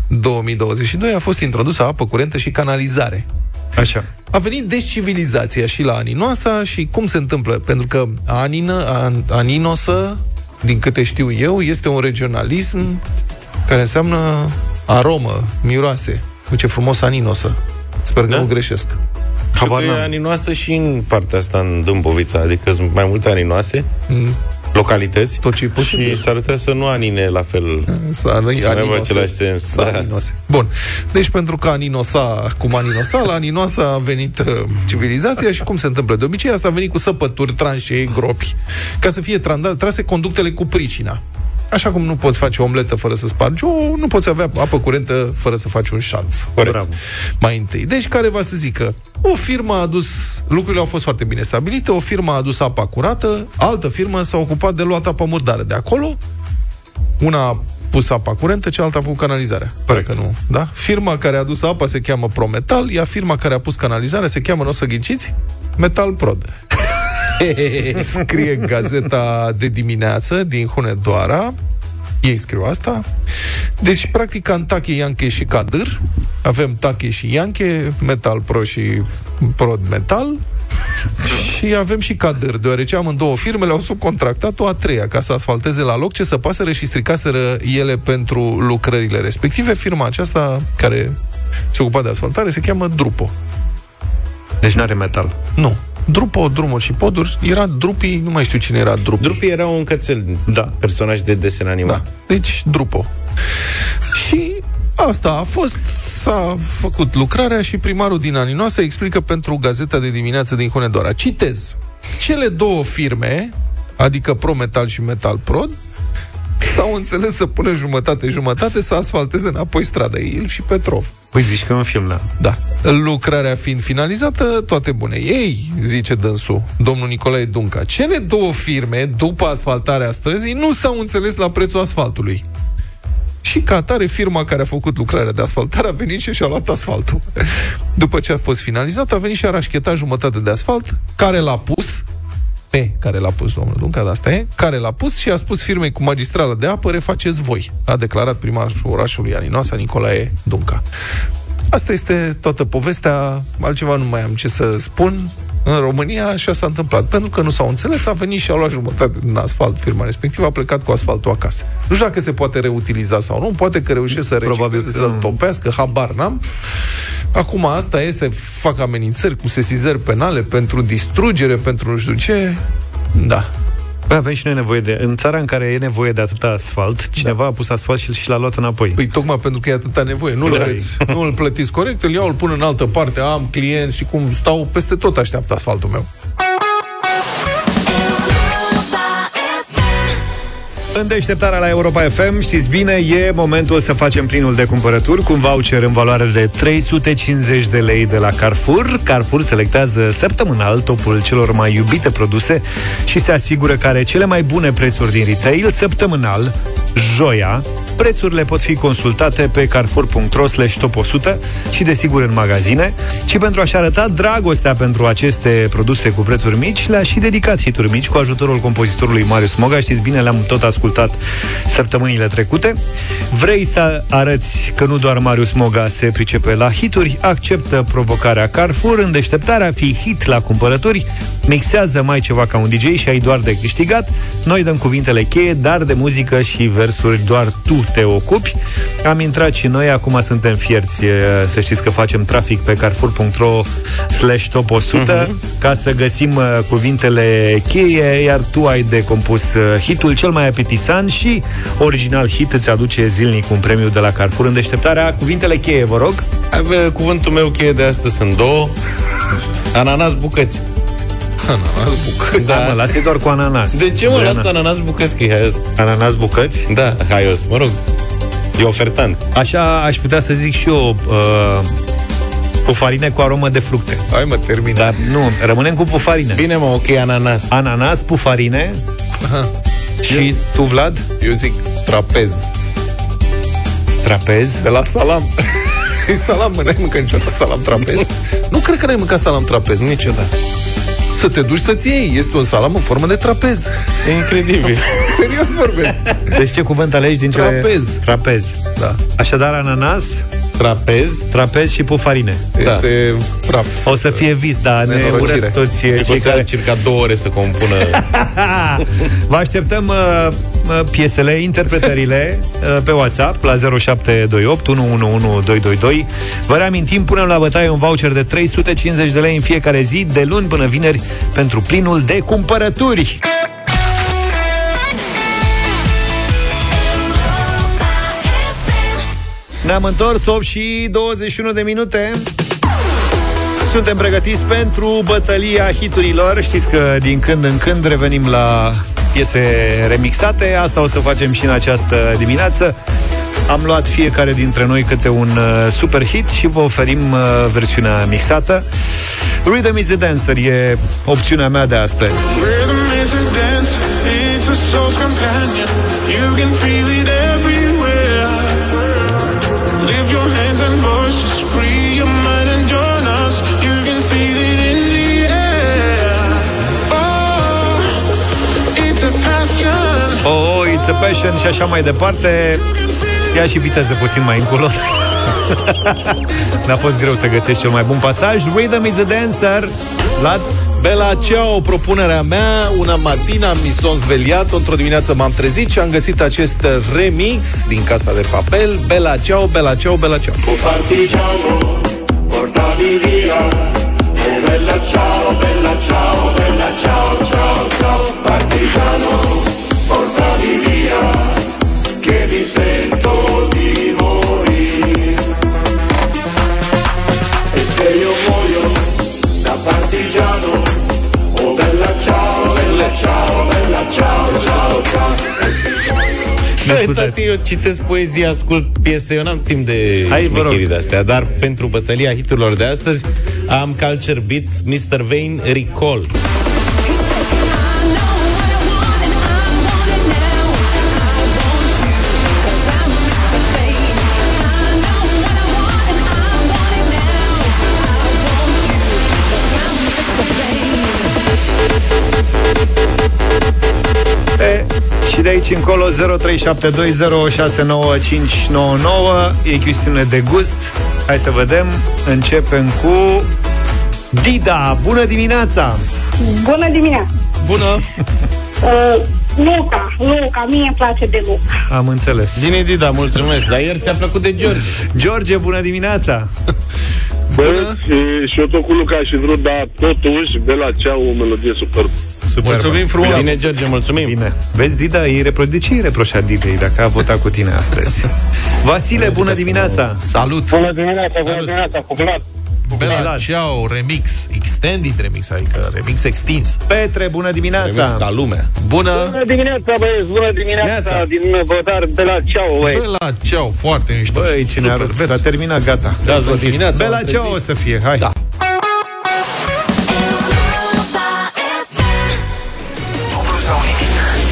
2022, a fost introdusă apă curentă și canalizare. Așa. A venit descivilizația și la Aninoasa și cum se întâmplă? Pentru că Anină, An, Aninosă, din câte știu eu, este un regionalism care înseamnă aromă, miroase. Cu ce frumos Aninosă. Sper că da? nu greșesc. Știu că Habar e n-am. aninoasă și în partea asta, în Dâmbovița, adică sunt mai multe aninoase, Mm. localități, Tot ce e posibil. și s-ar putea să nu anine la fel. Să ani- Să nu aibă aninose. același sens. Să Da. aninose. Bun. Deci pentru că aninosa, cum aninosa, la aninoasa a venit uh, civilizația și cum se întâmplă de obicei, asta a venit cu săpături, tranșee, gropi, ca să fie tranda- trase conductele cu pricina. Așa cum nu poți face o omletă fără să spargi o, nu poți avea apă curentă fără să faci un șanț. Corect. Bravo. Mai întâi. Deci care va să zică, o firmă a adus, lucrurile au fost foarte bine stabilite, o firmă a adus apa curată, altă firmă s-a ocupat de luat apa murdară de acolo, una a pus apa curentă, cealaltă a făcut canalizarea. Corect. Dacă nu, da? Firma care a adus apa se cheamă Prometal, iar firma care a pus canalizarea se cheamă, nu o să ghiciți, Metal Prod. Scrie gazeta de dimineață din Hunedoara, ei scriu asta. Deci, practic, ca în Tache, Ianche și Cadâr, avem Tache și Ianche, Metal Pro și Prod Metal, și avem și cadâr, deoarece amândouă firmele au subcontractat o a treia ca să asfalteze la loc ce să paseră și stricaseră ele pentru lucrările respective. Firma aceasta care se ocupa de asfaltare se cheamă Drupo. Deci n-are metal. Nu. Drupo, drumuri și poduri, era Drupi, nu mai știu cine era Drupi. Drupi era un cățel, da. personaj de desen animat. Da. Deci, Drupo. Și asta a fost, s-a făcut lucrarea și primarul din Aninoasa explică pentru gazeta de dimineață din Hunedoara. Citez. Cele două firme, adică Prometal și Metalprod, s-au înțeles să pună jumătate-jumătate să asfalteze înapoi strada Ilf și Petrov. Păi zici că e un film, da. Da. Lucrarea fiind finalizată, toate bune. Ei, zice dânsul, domnul Nicolae Dunca, cele două firme, după asfaltarea străzii, nu s-au înțeles la prețul asfaltului. Și ca atare, firma care a făcut lucrarea de asfaltare a venit și și-a luat asfaltul. (laughs) După ce a fost finalizat, a venit și a rașchetat jumătate de asfalt, care l-a pus, pe care l-a pus domnul Dunca, dar asta e, care l-a pus și a spus firmei cu magistrală de apă, refaceți voi, a declarat primarul orașului Aninoasa, Nicolae Dunca. Asta este toată povestea, altceva nu mai am ce să spun. În România așa s-a întâmplat. Pentru că nu s-au înțeles, a venit și a luat jumătate din asfalt firma respectivă, a plecat cu asfaltul acasă. Nu știu dacă se poate reutiliza sau nu, poate că reușesc să Probabil recicleze, că să-l nu. topească, habar n-am. Acum asta e să fac amenințări cu sesizări penale pentru distrugere, pentru nu știu ce. Da. Păi avem și noi nevoie de... În țara în care e nevoie de atâta asfalt, cineva da. a pus asfalt și, și l-a luat înapoi. Păi tocmai pentru că e atâta nevoie. Nu-l, Da. aveți, nu-l plătiți corect, îl iau, îl pun în altă parte, am clienți și cum stau peste tot așteaptă asfaltul meu. În deșteptarea la Europa FM, știți bine, e momentul să facem plinul de cumpărături cu un voucher în valoare de 350 de lei de la Carrefour. Carrefour selectează săptămânal topul celor mai iubite produse și se asigură că are cele mai bune prețuri din retail săptămânal, joia. Prețurile pot fi consultate pe carrefour.ro slash top 100 și desigur în magazine. Și pentru a-și arăta dragostea pentru aceste produse cu prețuri mici, le-a și dedicat hituri mici cu ajutorul compozitorului Marius Moga. Știți bine, le-am tot ascultat săptămânile trecute. Vrei să arăți că nu doar Marius Moga se pricepe la hituri? Acceptă provocarea Carrefour în deșteptarea, fi hit la cumpărături, mixează mai ceva ca un DJ și ai doar de câștigat. Noi dăm cuvintele cheie, dar de muzică și versuri doar tu te ocupi. Am intrat și noi, acum suntem fierți, e, să știți că facem trafic pe carrefour.ro slash top 100 ca să găsim uh, cuvintele cheie, iar tu ai de compus uh, hitul cel mai apetisant și original hit îți aduce zilnic un premiu de la Carrefour în deșteptarea. Cuvintele cheie, vă rog. Avea, cuvântul meu cheie de astăzi sunt două. Ananas bucăți. Ananas bucăți? Da, mă, lasă doar cu ananas. De ce mă Briana? lasă ananas bucăți că e haios? Ananas bucăți? Da, haios, mă rog. E ofertant. Așa aș putea să zic și eu uh, pufarine cu aromă de fructe. Hai mă, termină. Dar nu, rămânem cu pufarine. Bine mă, ok, ananas. Ananas, pufarine și tu, Vlad? Eu zic trapez. Trapez. De la salam. (laughs) E salam, mă, n-ai mâncat niciodată salam trapez? nu cred că n-ai mâncat salam trapez. Niciodată. Să te duci să-ți iei. Este un salam în formă de trapez. E incredibil. (laughs) Serios vorbesc. Deci ce cuvânt alegi din cele... Trapez. Trapez. Da. Așadar, ananas, Trapez. trapez și pufarine. Da. Este praf. O să fie vis, dar ne Nenorocire. urăsc toți eh, E care... cei care... circa două ore să compună. (laughs) Vă așteptăm uh, uh, piesele, interpretările uh, pe WhatsApp la 0728 111222. Vă reamintim, punem la bătaie un voucher de 350 de lei în fiecare zi, de luni până vineri, pentru plinul de cumpărături. Ne-am întors 8 și 21 de minute. Suntem pregătiți pentru bătălia hiturilor. Știți că din când în când revenim la piese remixate. Asta o să facem și în această dimineață. Am luat fiecare dintre noi câte un uh, super hit și vă oferim uh, versiunea mixată. Rhythm is the Dancer e opțiunea mea de astăzi. Rhythm is a dance, it's a soul's companion. You can feel it everywhere. Lift your hands and voices, free your mind and join us. You can feel it in the air. Oh, it's a passion. Oh, it's a passion și așa mai departe. Ia și viteză puțin mai încolo. (laughs) N-a fost greu să găsești cel mai bun pasaj. Rhythm is a dancer. Vlad? Bela, ceau, propunerea mea, una matina mi son sveliat, într-o dimineață m-am trezit și am găsit acest remix din Casa de Papel, Bela Ceau, Bela Ceau, Bela Ceau. Partigiano, portami via. Oh bella ciao, bella ciao, bella ciao, ciao, ciao, partigiano, portami via, che mi sento di morire. E se io muoio da partigiano, oh bella ciao, bella ciao, bella ciao, ciao, ciao. E se Da, tati, eu citesc poezie, ascult piese, eu n-am timp de Hai, vă rog. șmecherii de-astea, dar pentru bătălia hiturilor de astăzi am Culture Beat, Mr. Vane, Recall. E, și de aici încolo 0372069599 E chestiune de gust Hai să vedem Începem cu Dida, bună dimineața! Bună dimineața! Bună! (laughs) Uh, Luca, Luca, mie îmi place de Luca. Am înțeles. Bine, Dida, mulțumesc, dar ieri ți-a plăcut de George. George, bună dimineața! Bă, și, și eu tot cu Luca și Dru, dar totuși, Bela Ceau, o melodie superbă. Super, Mulțumim frumos. Bine, George, mulțumim. Bine. Vezi, Dida, ei repro... de ce îi reproșa Didei dacă a votat cu tine astăzi? Vasile, bună dimineața! Salut! Bună dimineața, bună dimineața, cu Vlad. Bela, ciao, remix, extended remix, adică remix extins. Petre, bună Remix dimineața! ca lumea. Bună! Bună dimineața, băieți, bună dimineața Neața. din da- Vădar de la Ceau, băi. Bela, ciao, foarte mișto. Băi, cine Super, ar... vers. S-a terminat, gata. Da, bună dimineața, Bela, am ce o să fie? Hai! Da.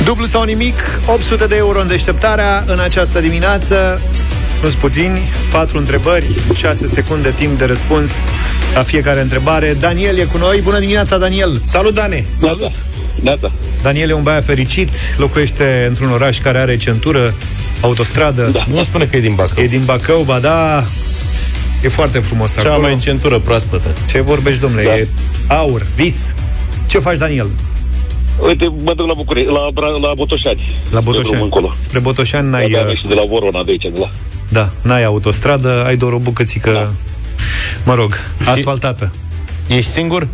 Dublu sau nimic, 800 de euro în deșteptarea în această dimineață. nu puțini, patru întrebări, 6 secunde timp de răspuns la fiecare întrebare. Daniel e cu noi. Bună dimineața, Daniel! Salut, Dane! Salut! Da, da. Daniel e un băiat fericit, locuiește într-un oraș care are centură, autostradă, da. Nu spune că e din Bacău. e din Bacău, ba da, e foarte frumos Cea acolo. mai în centură proaspătă. Ce vorbești, domnule? Da. E aur, vis. Ce faci, Daniel? Uite, mă duc la București, la, Bra- la Botoșani. La De drum Botoșani. încolo. Spre Botoșani n-ai, Da, da, uh, și de la Vorona, de aici, de la... da, n-ai autostradă, ai doar o bucățică, da. mă rog, asfaltată. Ești singur?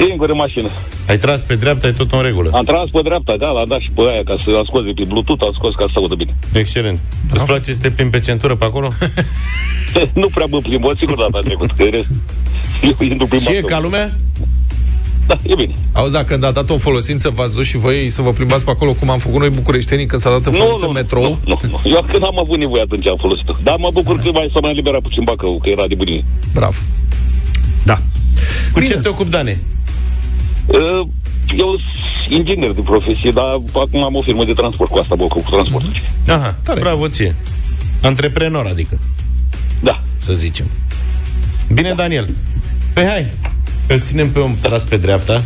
Singur în mașină. Ai tras pe dreapta, e tot în regulă. Am tras pe dreapta, da, l-am dat și pe aia ca să a scos de pe Bluetooth, a scos ca să audă bine. Excelent. Îți place să te plimbi pe centură pe acolo? Ah, da. (laughs) nu prea mă plimb, o singură dată am trecut, că în rest, (laughs) eu intru prin Ce e Bacău. ca lumea? Da, e bine. Auzi, dacă în data o folosință v-ați dus și voi să vă plimbați pe acolo, cum am făcut noi bucureștenii când s-a dat în Nu, folosință nu, metrou, nu, nu, nu, Eu când am avut nevoie atunci am folosit-o. Dar mă bucur că mai s-a mai eliberat puțin Bacău, că era de bunie. bravo. Da. Cu ce te ocupi, Dane? Uh, Eu sunt inginer de profesie, dar acum am o firmă de transport, cu asta mă ocup cu transportul. Aha, Tare. bravo ție. Antreprenor, adică, Da. să zicem. Bine, Daniel. Păi hai, îl ținem pe om tras pe dreapta.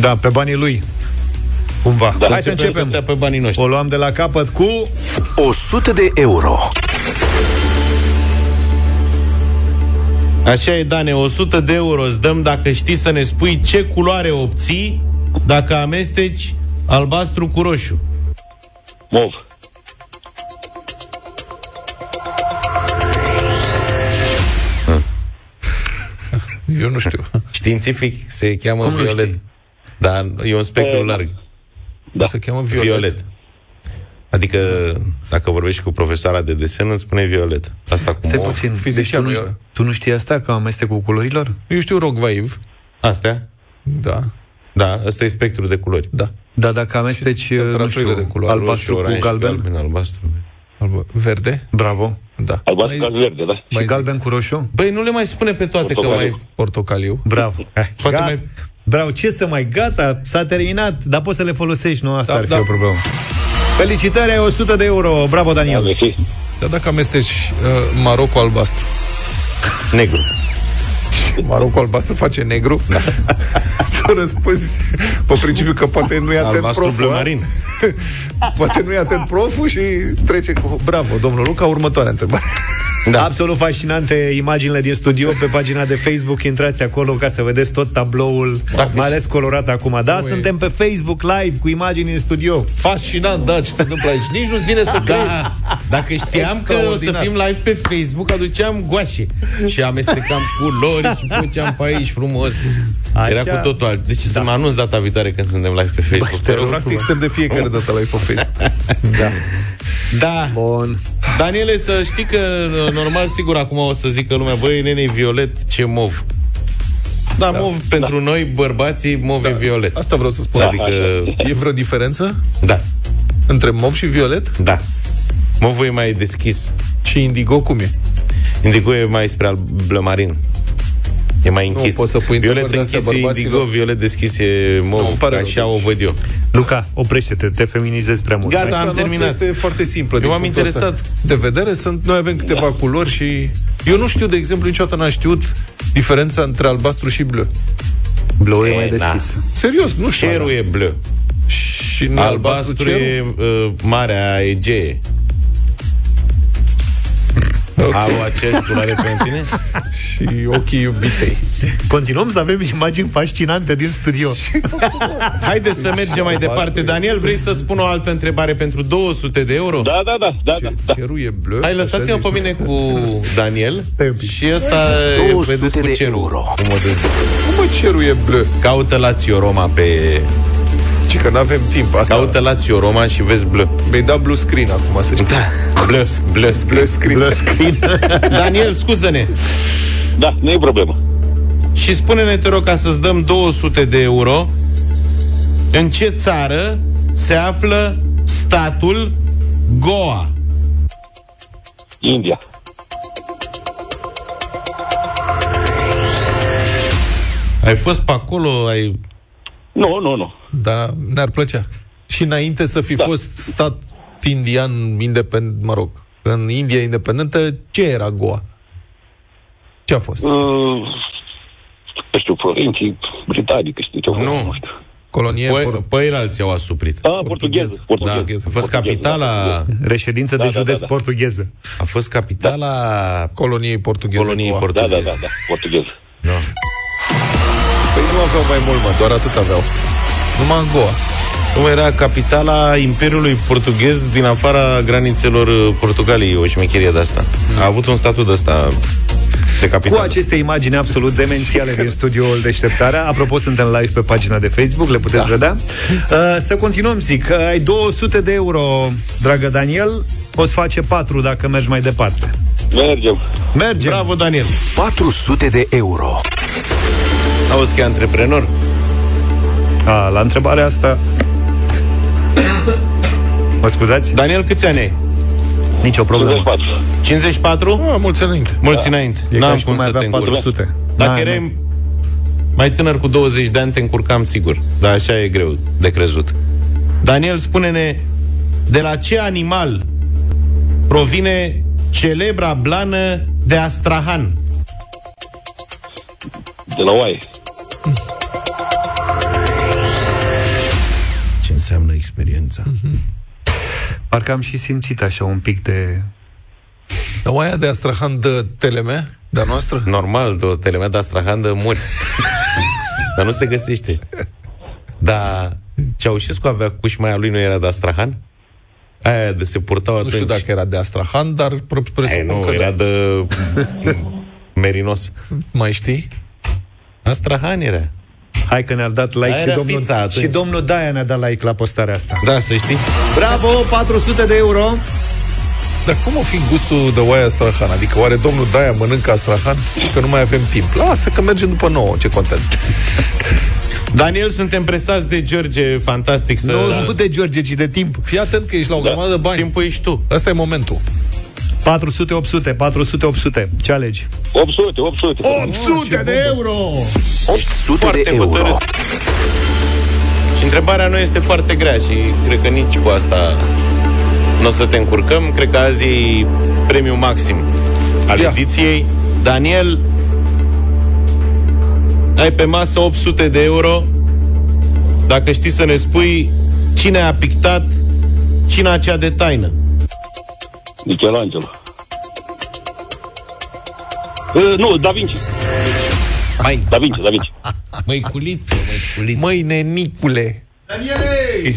Da, pe banii lui. Cumva. Da, Hai să Să stea începem. pe banii noștri. O luăm de la capăt cu 100 de euro. Așa e, Dane, 100 de euro îți dăm dacă știi să ne spui ce culoare obții dacă amesteci albastru cu roșu. Mov. Eu nu știu. (laughs) Științific se cheamă Cum Cum nu violet. știi? Dar e un spectru Păi, E, larg. Da. Se cheamă Violet. violet. violet. Adică, dacă vorbești cu profesoara de desen, îți spune violet. Asta cu Stai mov. puțin, fi deci deși tu, nu, eu. tu nu știi asta, că amestecul culorilor? Eu știu Rogvaiv. Astea? Da, Da, ăsta e spectru de culori. da. Da, dacă amesteci, nu știu, de culoare, albastru Roșu, cu oranj, galben, galben, albastru. Albă. Verde, bravo, da. Albastru Mai- ca verde, da? și Mai zic. galben cu roșu, Băi, nu le mai spune pe toate că Portocaliu. mai... Portocaliu. bravo. Poate Gata. mai- Bravo, ce să mai, gata, s-a terminat, dar poți să le folosești, nu? Asta Da, ar fi da. o problemă. Felicitări, ai 100 de euro, bravo, Da, Daniel. mersi. Dar dacă amesteci uh, maro cu albastru, Negru. Da. maro cu albastru face negru, (laughs) tu răspunzi pe principiu că poate nu e atent Albastru proful, a? (laughs) blămarin. poate nu e atent proful și trece cu... Bravo, domnul Luca, următoarea întrebare. Da. Absolut fascinante imaginile din studio pe pagina de Facebook. Intrați acolo ca să vedeți tot tabloul, Dacă mai ales colorat acum. Da, Ui. suntem pe Facebook Live cu imagini în studio. Fascinant, da, ce se întâmplă aici. Nici nu-ți vine să crezi. Da. Dacă știam că o să fim live pe Facebook, aduceam goașe și amestecam culori și făceam pe aici frumos. Așa... Era cu totul alt. Deci da. să mă anunț data viitoare când suntem live pe Facebook. Bă, te rog, practic suntem de fiecare dată live pe Facebook. (laughs) da. Da. Bun. Daniele, să știi că uh, normal, sigur, acum o să zică lumea, băi, nene, violet, ce mov. Da, da. mov da. pentru noi, bărbații, mov da. e violet. Asta vreau să spun. Da. Adică... E vreo diferență? Da. Între mov și violet? Da. Movul e mai deschis. Și indigo cum e? Indigo e mai spre alb marin. E mai închis. Nu, poți să pui violet întrebări de-astea închis e indigo, bărbaților. violet deschis e Nu, îmi mov. pare rău, așa o deci. văd eu. Luca, oprește-te, te feminizezi prea mult. Gata, Asta am noastră terminat. este foarte simplă. Eu din m-am punctul interesat. ăsta De vedere, sunt, noi avem câteva da. culori și... Eu nu știu, de exemplu, niciodată n-am știut diferența între albastru și bleu. Blou e mai E, na. deschis. Serios, nu știu. Cerul e bleu. Și în albastru, Albastru cerul? e uh, Marea Egee. Au acest culoare (laughs) pentru (laughs) tine? Și ochii iubitei. Continuăm să avem imagini fascinante din studio. Haideți să mergem mai departe. Daniel, vrei să spun o altă întrebare pentru 200 de euro? Da, da, da, da, da. da. Cerul e bleu. Hai, așa lăsați-mă zici pe tu. mine cu Daniel Stai un pic. Și ăsta e, 200 vedeți cu de cerul euro. cum o dezvolt. Cum mă, cerul e bleu? Caută Lazio Roma pe... Ci că n-avem timp. Asta Caută Lazio Roma și vezi bleu. Mi-ai dat blue screen acum, să știi. Da. Bleu, bleu, Blue screen. Blue screen. (laughs) Daniel, scuză-ne Da, nu e problemă. Și spune-ne, te rog, ca să-ți dăm 200 de euro În ce țară se află statul Goa? India. Ai fost pe acolo, ai... Nu, nu, nu. da, ne-ar plăcea. Și înainte să fi da. fost stat indian independent, mă rog, în India independentă, ce era Goa? Ce a fost? Uh, nu știu, Florenții, britanică, știu ce Nu. nu știu. Colonie? Păi, păi au asuprit A, portugheză. da, portugheză. a fost capitala Reședință de da, da, județ da. portugheză. A fost capitala Coloniei portugheze. coloniei Goa. Da, portugheze Da. da, da, da, portugheză. Păi nu aveau mai mult, mă, doar atât aveau. Numai în Goa. Cum era capitala Imperiului Portughez din afara granițelor uh, Portugaliei, o șmecherie de asta. A avut un statut de asta de Cu capitală. aceste imagini absolut demențiale din studioul Deșteptarea, apropo, suntem live pe pagina de Facebook, le puteți da. vedea. Uh, să continuăm, zic, ai 200 de euro, dragă Daniel, poți face 4 dacă mergi mai departe. Mergem. Mergem! Bravo, Daniel! 400 de euro. Auzi că e antreprenor? A, la întrebarea asta... Mă scuzați? Daniel, câți ani ai? Nicio problemă. 54. 54? Ah, mulți ani înainte. Mulți înainte. Da. Da. E ca N-am și cum cum să ai te avea încurc. 400. Dacă Da, erai mai tânăr cu 20 de ani, te încurcam sigur. Dar așa e greu de crezut. Daniel, spune-ne de la ce animal provine celebra blană de Astrahan? De la oaie. Ce înseamnă experiența? Mhm. Parcă am și simțit așa un pic de... Dar oaia de Astrahan de Teleme, de-a Da, noastră? Normal, de o telemea de Astrahan de (laughs) muri. Dar nu se găsește. Dar Ceaușescu avea cușmaia lui, nu era de Astrahan? Aia de se purtau Nu atunci. știu dacă era de Astrahan, dar pre- Aia, presupun nu, că da. era era... de Merinos. mai știi? Astrahan era. Hai că ne-a dat like Aia și era domnul, fița atunci. și domnul Daia ne-a dat like la postarea asta. Da, să știi. Bravo, 400 de euro! Dar cum o fi gustul de oaia Astrahan? Adică oare domnul Daia mănâncă Astrahan și că nu mai avem timp? Lasă că mergem după nouă, ce contează? Daniel, suntem presați de George, fantastic să... Da. Nu, nu de George, ci de timp. Fii atent că ești la o grămadă de bani. Timpul ești tu. Asta e momentul. 400, 800, 400, 800. Ce alegi? 800, 800. 800 de euro! 800 Foarte de euro. hotărât. Și întrebarea nu este foarte grea și cred că nici cu asta nu o să te încurcăm. Cred că azi e premiu maxim al Ia. ediției. Daniel, ai pe masă 800 de euro. Dacă știi să ne spui cine a pictat cina cea de taină. Michelangelo. Uh, nu, Da Vinci. Mai. Da Vinci, Da Vinci. Măi culiță, măi culiță. Măi nenicule. Eh, Daniele!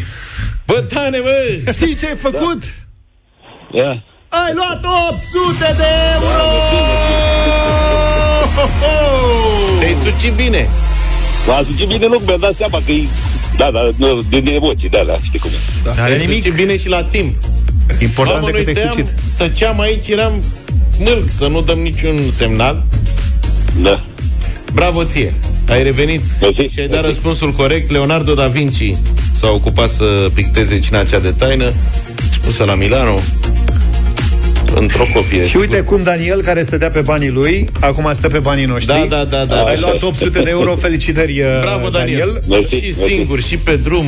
Bă, Tane, bă! Știi ce ai făcut? Yeah. Ai luat 800 de euro! Te-ai sucit bine! M-a zis bine nu, mi-am dat seama că e... Da, da, nu, de, de emoții, da, da, știi cum e. Da. Te-ai sucit bine și la timp. Important Mamă, decât noi te-ai tăiam- sucit. Tăceam aici, eram mâlc să nu dăm niciun semnal. Da. Bravo ție! Ai revenit Mersi, și ai dat mersi. răspunsul corect. Leonardo da Vinci s-a ocupat să picteze cina aceea de taină, spusă la Milano, într-o copie. Și uite cum Daniel, care stătea pe banii lui, acum stă pe banii Da, noștri. da, da, da. Ai luat 800 de euro, felicitări, uh, Bravo, Daniel. Mersi, și mersi. singur, și pe drum,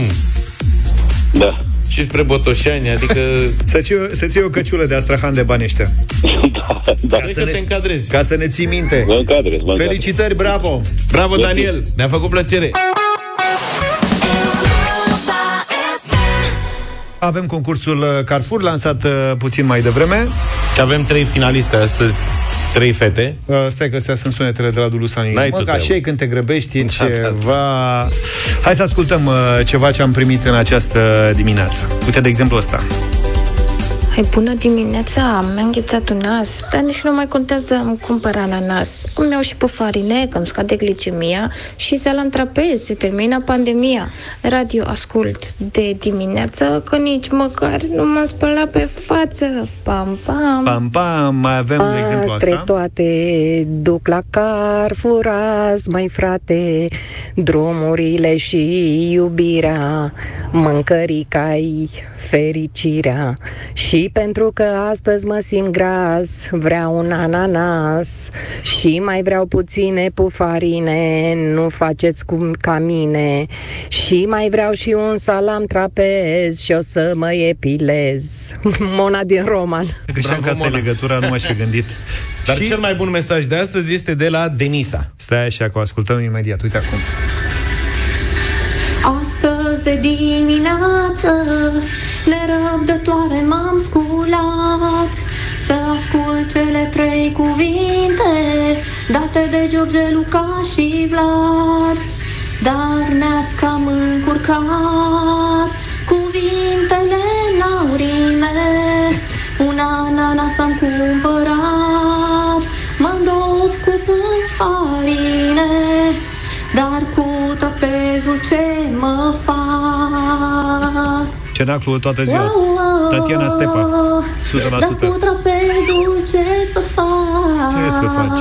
Da. și spre Botoșani, adică... Să-ți, iei- să-ți iei o căciulă de astrahan de bani ăștia. da, da. Vrei că ne- te încadrezi. Ca să ne ții minte. Mă încadrez, mă încadrez. Felicitări, bravo! Bravo, Mersi. Daniel! Ne-a făcut plăcere! Europa FM. Avem concursul uh, Carrefour, lansat uh, puțin mai devreme. Și avem trei finaliste astăzi, trei fete. Uh, stai că astea sunt sunetele de la Dulusani. N-ai Mă, tu ca treabă. și când te grăbești e Da, da, da. ceva... Hai să ascultăm uh, ceva ce am primit în această dimineață. Uite, de exemplu, ăsta. Hai, bună dimineața, mi-a înghețat un nas, dar nici nu mai contează îmi cumpăra la nas. Îmi iau și pe farine, că îmi scade glicemia și se la trapez, se termină pandemia. Radio ascult de dimineață, că nici măcar nu m-am spălat pe față. Pam, pam! Pam, pam, mai avem, Ah, de exemplu, asta. toate duc la Carrefour azi, mai frate, drumurile și iubirea, mâncăricai fericirea. Și pentru că astăzi mă simt gras, vreau un ananas și mai vreau puține pufarine, nu faceți cum ca mine. Și mai vreau și un salam trapez și o să mă epilez. (laughs) Mona din Roman. Că știam că Bravo, asta e Mona. legătura, nu m-aș fi gândit. Dar și... cel mai bun mesaj de astăzi este de la Denisa. Stai așa, că o ascultăm imediat. Uite acum. Astăzi de dimineață Nerăbdătoare m-am sculat Să ascult cele trei cuvinte Date de George, Luca și Vlad Dar ne-ați cam încurcat Cuvintele n-au rime Un ananas am cumpărat Mă îndop cu pufarine dar cu trapezul ce mă fac Cenaclul toată ziua. Wow! Da, Tatiana Stepa. 100%. Dar cu trapezul ce să fac Ce să faci?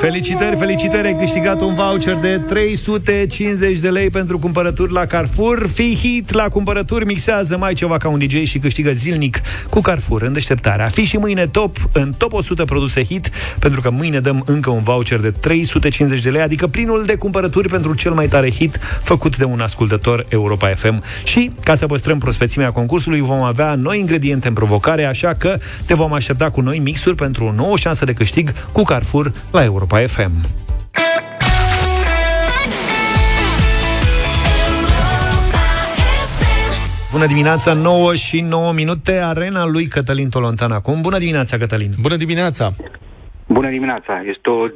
Felicitări, felicitări, ai câștigat un voucher de 350 de lei pentru cumpărături la Carrefour. Fii hit la cumpărături, mixează mai ceva ca un DJ și câștigă zilnic cu Carrefour în deșteptarea. Fii și mâine top, în top 100 produse hit, pentru că mâine dăm încă un voucher de 350 de lei, adică plinul de cumpărături pentru cel mai tare hit făcut de un ascultător Europa FM. Și, ca să păstrăm prospețimea concursului, vom avea noi ingrediente în provocare, așa că te vom aștepta cu noi mixuri pentru o nouă șansă de câștig cu Carrefour la Europa FM. Bună dimineața, 9 și 9 minute, arena lui Cătălin Tolontan acum. Bună dimineața, Cătălin! Bună dimineața! Bună dimineața! Este o uh,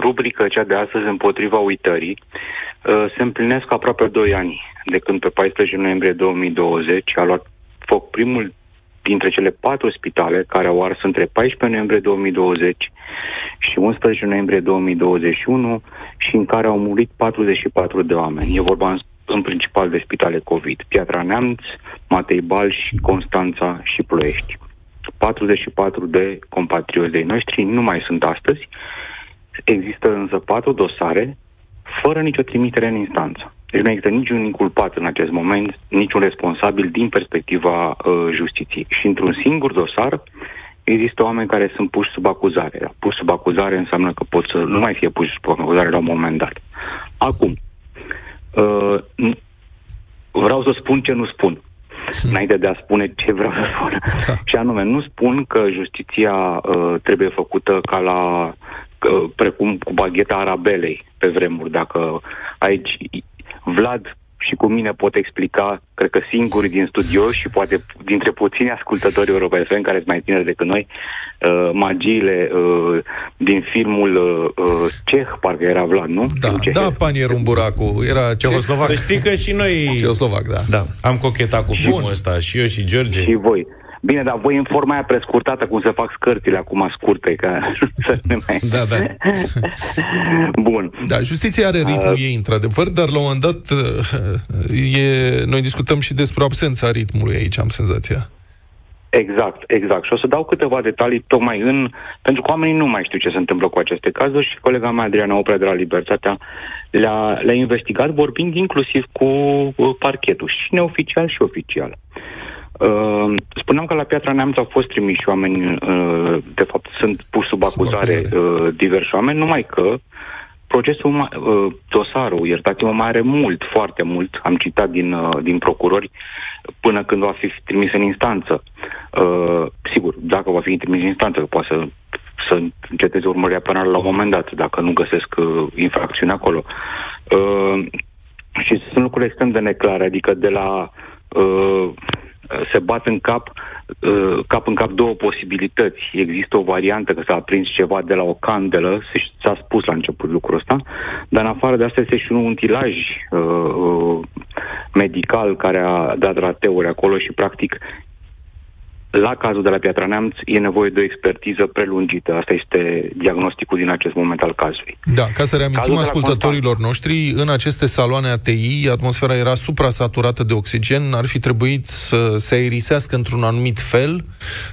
rubrică, cea de astăzi, împotriva uitării. Uh, Se împlinesc aproape 2 ani de când pe 14 noiembrie 2020 a luat foc primul dintre cele patru spitale care au ars între 14 noiembrie 2020 și 11 noiembrie 2021 și în care au murit 44 de oameni. E vorba în, în principal de spitale COVID. Piatra Neamț, Matei Balș, Constanța și Ploiești. 44 de compatrioți de noștri nu mai sunt astăzi. Există însă patru dosare fără nicio trimitere în instanță. Deci nu există niciun inculpat în acest moment, niciun responsabil din perspectiva uh, justiției. Și într-un singur dosar există oameni care sunt puși sub acuzare. Puși sub acuzare înseamnă că pot să nu mai fie puși sub acuzare la un moment dat. Acum, uh, n- vreau să spun ce nu spun înainte de a spune ce vreau să spun. Da. Și anume, nu spun că justiția uh, trebuie făcută ca la uh, precum cu bagheta arabelei pe vremuri, dacă aici Vlad și cu mine pot explica, cred că singuri din studio și poate dintre puțini ascultători Europa FM care sunt mai tineri decât noi, uh, magiile uh, din filmul uh, uh, ceh, parcă era Vlad, nu? Da, da Panierul Buracu, (laughs) era ceoslovac. Să știi că și noi ceoslovac, da. da. am cochetat cu filmul ăsta, și eu și George. Și voi. Bine, dar voi în forma aia prescurtată, cum se fac scărțile acum scurte, ca (laughs) să ne mai... Da, da. Bun. Da, justiția are ritmul uh... ei, într-adevăr, dar la un moment dat uh, e... noi discutăm și despre absența ritmului aici, am senzația. Exact, exact. Și o să dau câteva detalii tocmai în... Pentru că oamenii nu mai știu ce se întâmplă cu aceste cazuri și colega mea, Adriana Oprea de la Libertatea, le-a, le-a investigat vorbind inclusiv cu uh, parchetul, și neoficial și oficial. Uh, spuneam că la Piatra Neamț au fost trimiși oameni, uh, de fapt sunt puși sub acuzare uh, diversi oameni, numai că procesul, ma- uh, dosarul, iertați-mă, mai are mult, foarte mult, am citat din, uh, din procurori, până când va fi trimis în instanță. Uh, sigur, dacă va fi trimis în instanță, că poate să, să înceteze urmărirea penală la un moment dat, dacă nu găsesc uh, infracțiune acolo. Uh, și sunt lucruri extrem de neclare, adică de la... Uh, se bat în cap, uh, cap în cap două posibilități. Există o variantă că s-a aprins ceva de la o candelă, s-a spus la început lucrul ăsta, dar în afară de asta este și un utilaj uh, medical care a dat rateuri acolo și practic la cazul de la Piatra Neamț e nevoie de o expertiză prelungită. Asta este diagnosticul din acest moment al cazului. Da, ca să reamintim ascultătorilor noștri, în aceste saloane ATI atmosfera era suprasaturată de oxigen, ar fi trebuit să se aerisească într-un anumit fel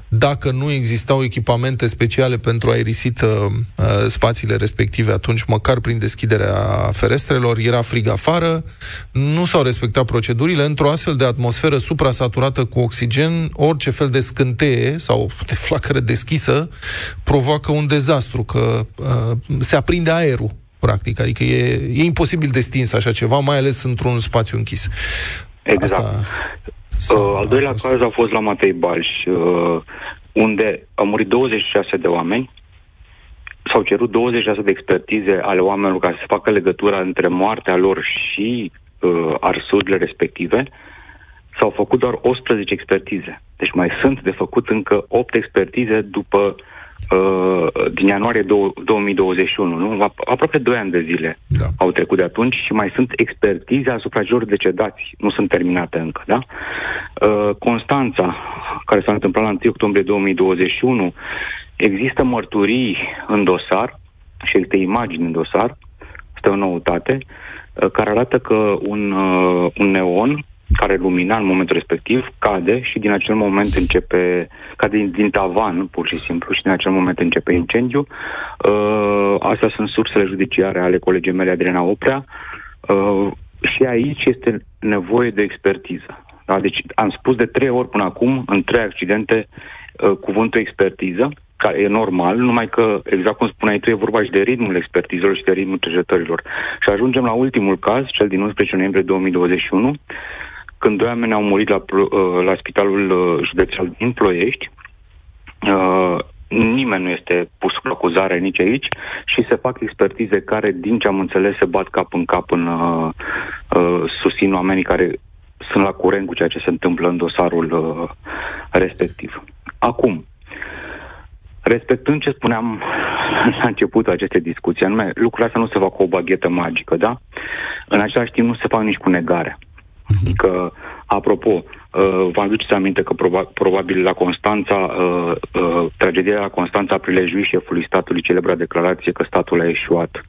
dacă nu existau echipamente speciale pentru aerisit uh, spațiile respective atunci, măcar prin deschiderea ferestrelor, era frig afară, nu s-au respectat procedurile. Într-o astfel de atmosferă suprasaturată cu oxigen, orice fel de scânteie sau de flacără deschisă provoacă un dezastru, că uh, se aprinde aerul, practic. Adică e, e imposibil de stins așa ceva, mai ales într-un spațiu închis. Exact. Asta uh, al doilea a fost... caz a fost la Matei Balș, uh, unde au murit 26 de oameni, s-au cerut 26 de expertize ale oamenilor ca să se facă legătura între moartea lor și uh, arsurile respective, s-au făcut doar 18 expertize. Deci mai sunt de făcut încă 8 expertize după uh, din ianuarie dou- 2021, nu? Aproape 2 ani de zile da. au trecut de atunci și mai sunt expertize asupra celor decedați, nu sunt terminate încă, da? Uh, Constanța, care s-a întâmplat la 1 octombrie 2021, există mărturii în dosar și există imagini în dosar, asta e o noutate, uh, care arată că un, uh, un neon care lumina în momentul respectiv, cade și din acel moment începe, cade din, din tavan, pur și simplu, și din acel moment începe incendiu. Uh, astea sunt sursele judiciare ale colegii mele Adriana Oprea. Uh, și aici este nevoie de expertiză. Da? Deci am spus de trei ori până acum, în trei accidente, uh, cuvântul expertiză, care e normal, numai că, exact cum spuneai tu, e vorba și de ritmul expertizelor și de ritmul cercetărilor. Și ajungem la ultimul caz, cel din 11 noiembrie 2021, când doi oameni au murit la, uh, la spitalul uh, județean din Ploiești, uh, nimeni nu este pus cu acuzare nici aici și se fac expertize care, din ce am înțeles, se bat cap în cap în uh, uh, susțin oamenii care sunt la curent cu ceea ce se întâmplă în dosarul uh, respectiv. Acum, respectând ce spuneam (laughs) la începutul acestei discuții, anume, lucrul asta nu se fac cu o baghetă magică, da? În același timp nu se fac nici cu negare. Că, apropo, uh, vă aduceți aminte că proba- probabil la Constanța, uh, uh, tragedia la Constanța a prilejului șefului statului celebra declarație că statul a eșuat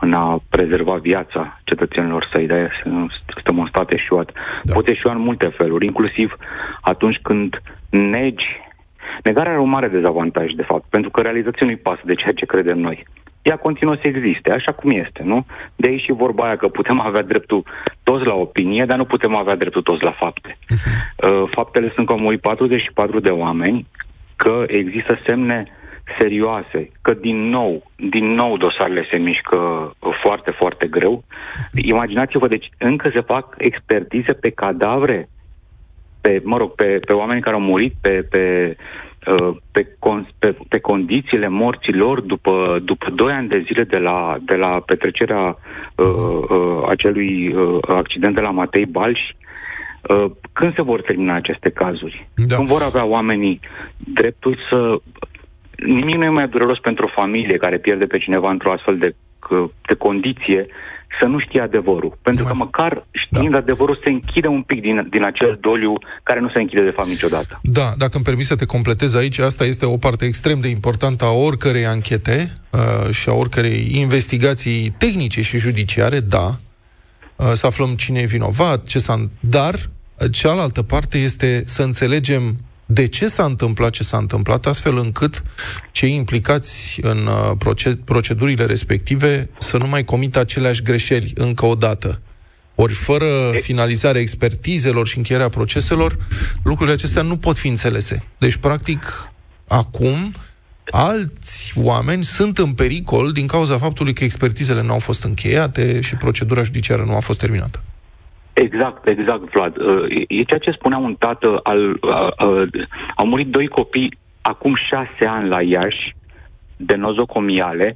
în a prezerva viața cetățenilor săi, de să stăm un stat eșuat. Da. Poți eșua în multe feluri, inclusiv atunci când negi Negarea are un mare dezavantaj, de fapt, pentru că realizația nu-i pasă de ceea ce credem noi. Ea continuă să existe, așa cum este, nu? De aici și vorba aia că putem avea dreptul toți la opinie, dar nu putem avea dreptul toți la fapte. Uh, faptele sunt că au murit 44 de oameni, că există semne serioase, că din nou, din nou dosarele se mișcă foarte, foarte greu. Imaginați-vă, deci încă se fac expertize pe cadavre, pe, mă rog, pe, pe oameni care au murit, pe, pe pe, con, pe, pe condițiile morților după, după 2 ani de zile de la, de la petrecerea uh, uh, acelui uh, accident de la Matei Balș, uh, când se vor termina aceste cazuri? Da. Când vor avea oamenii dreptul să... Nimic nu e mai dureros pentru o familie care pierde pe cineva într-o astfel de, de condiție să nu știe adevărul. Pentru că măcar știind da. adevărul se închide un pic din, din acel doliu care nu se închide de fapt niciodată. Da, dacă îmi permis să te completez aici, asta este o parte extrem de importantă a oricărei anchete uh, și a oricărei investigații tehnice și judiciare, da, uh, să aflăm cine e vinovat, ce s-a... Dar uh, cealaltă parte este să înțelegem de ce s-a întâmplat ce s-a întâmplat, astfel încât cei implicați în uh, procedurile respective să nu mai comită aceleași greșeli încă o dată. Ori fără finalizarea expertizelor și încheierea proceselor, lucrurile acestea nu pot fi înțelese. Deci, practic, acum, alți oameni sunt în pericol din cauza faptului că expertizele nu au fost încheiate și procedura judiciară nu a fost terminată. Exact, exact, Vlad. E ceea ce spunea un tată, al, a, a, au murit doi copii acum șase ani la Iași de nozocomiale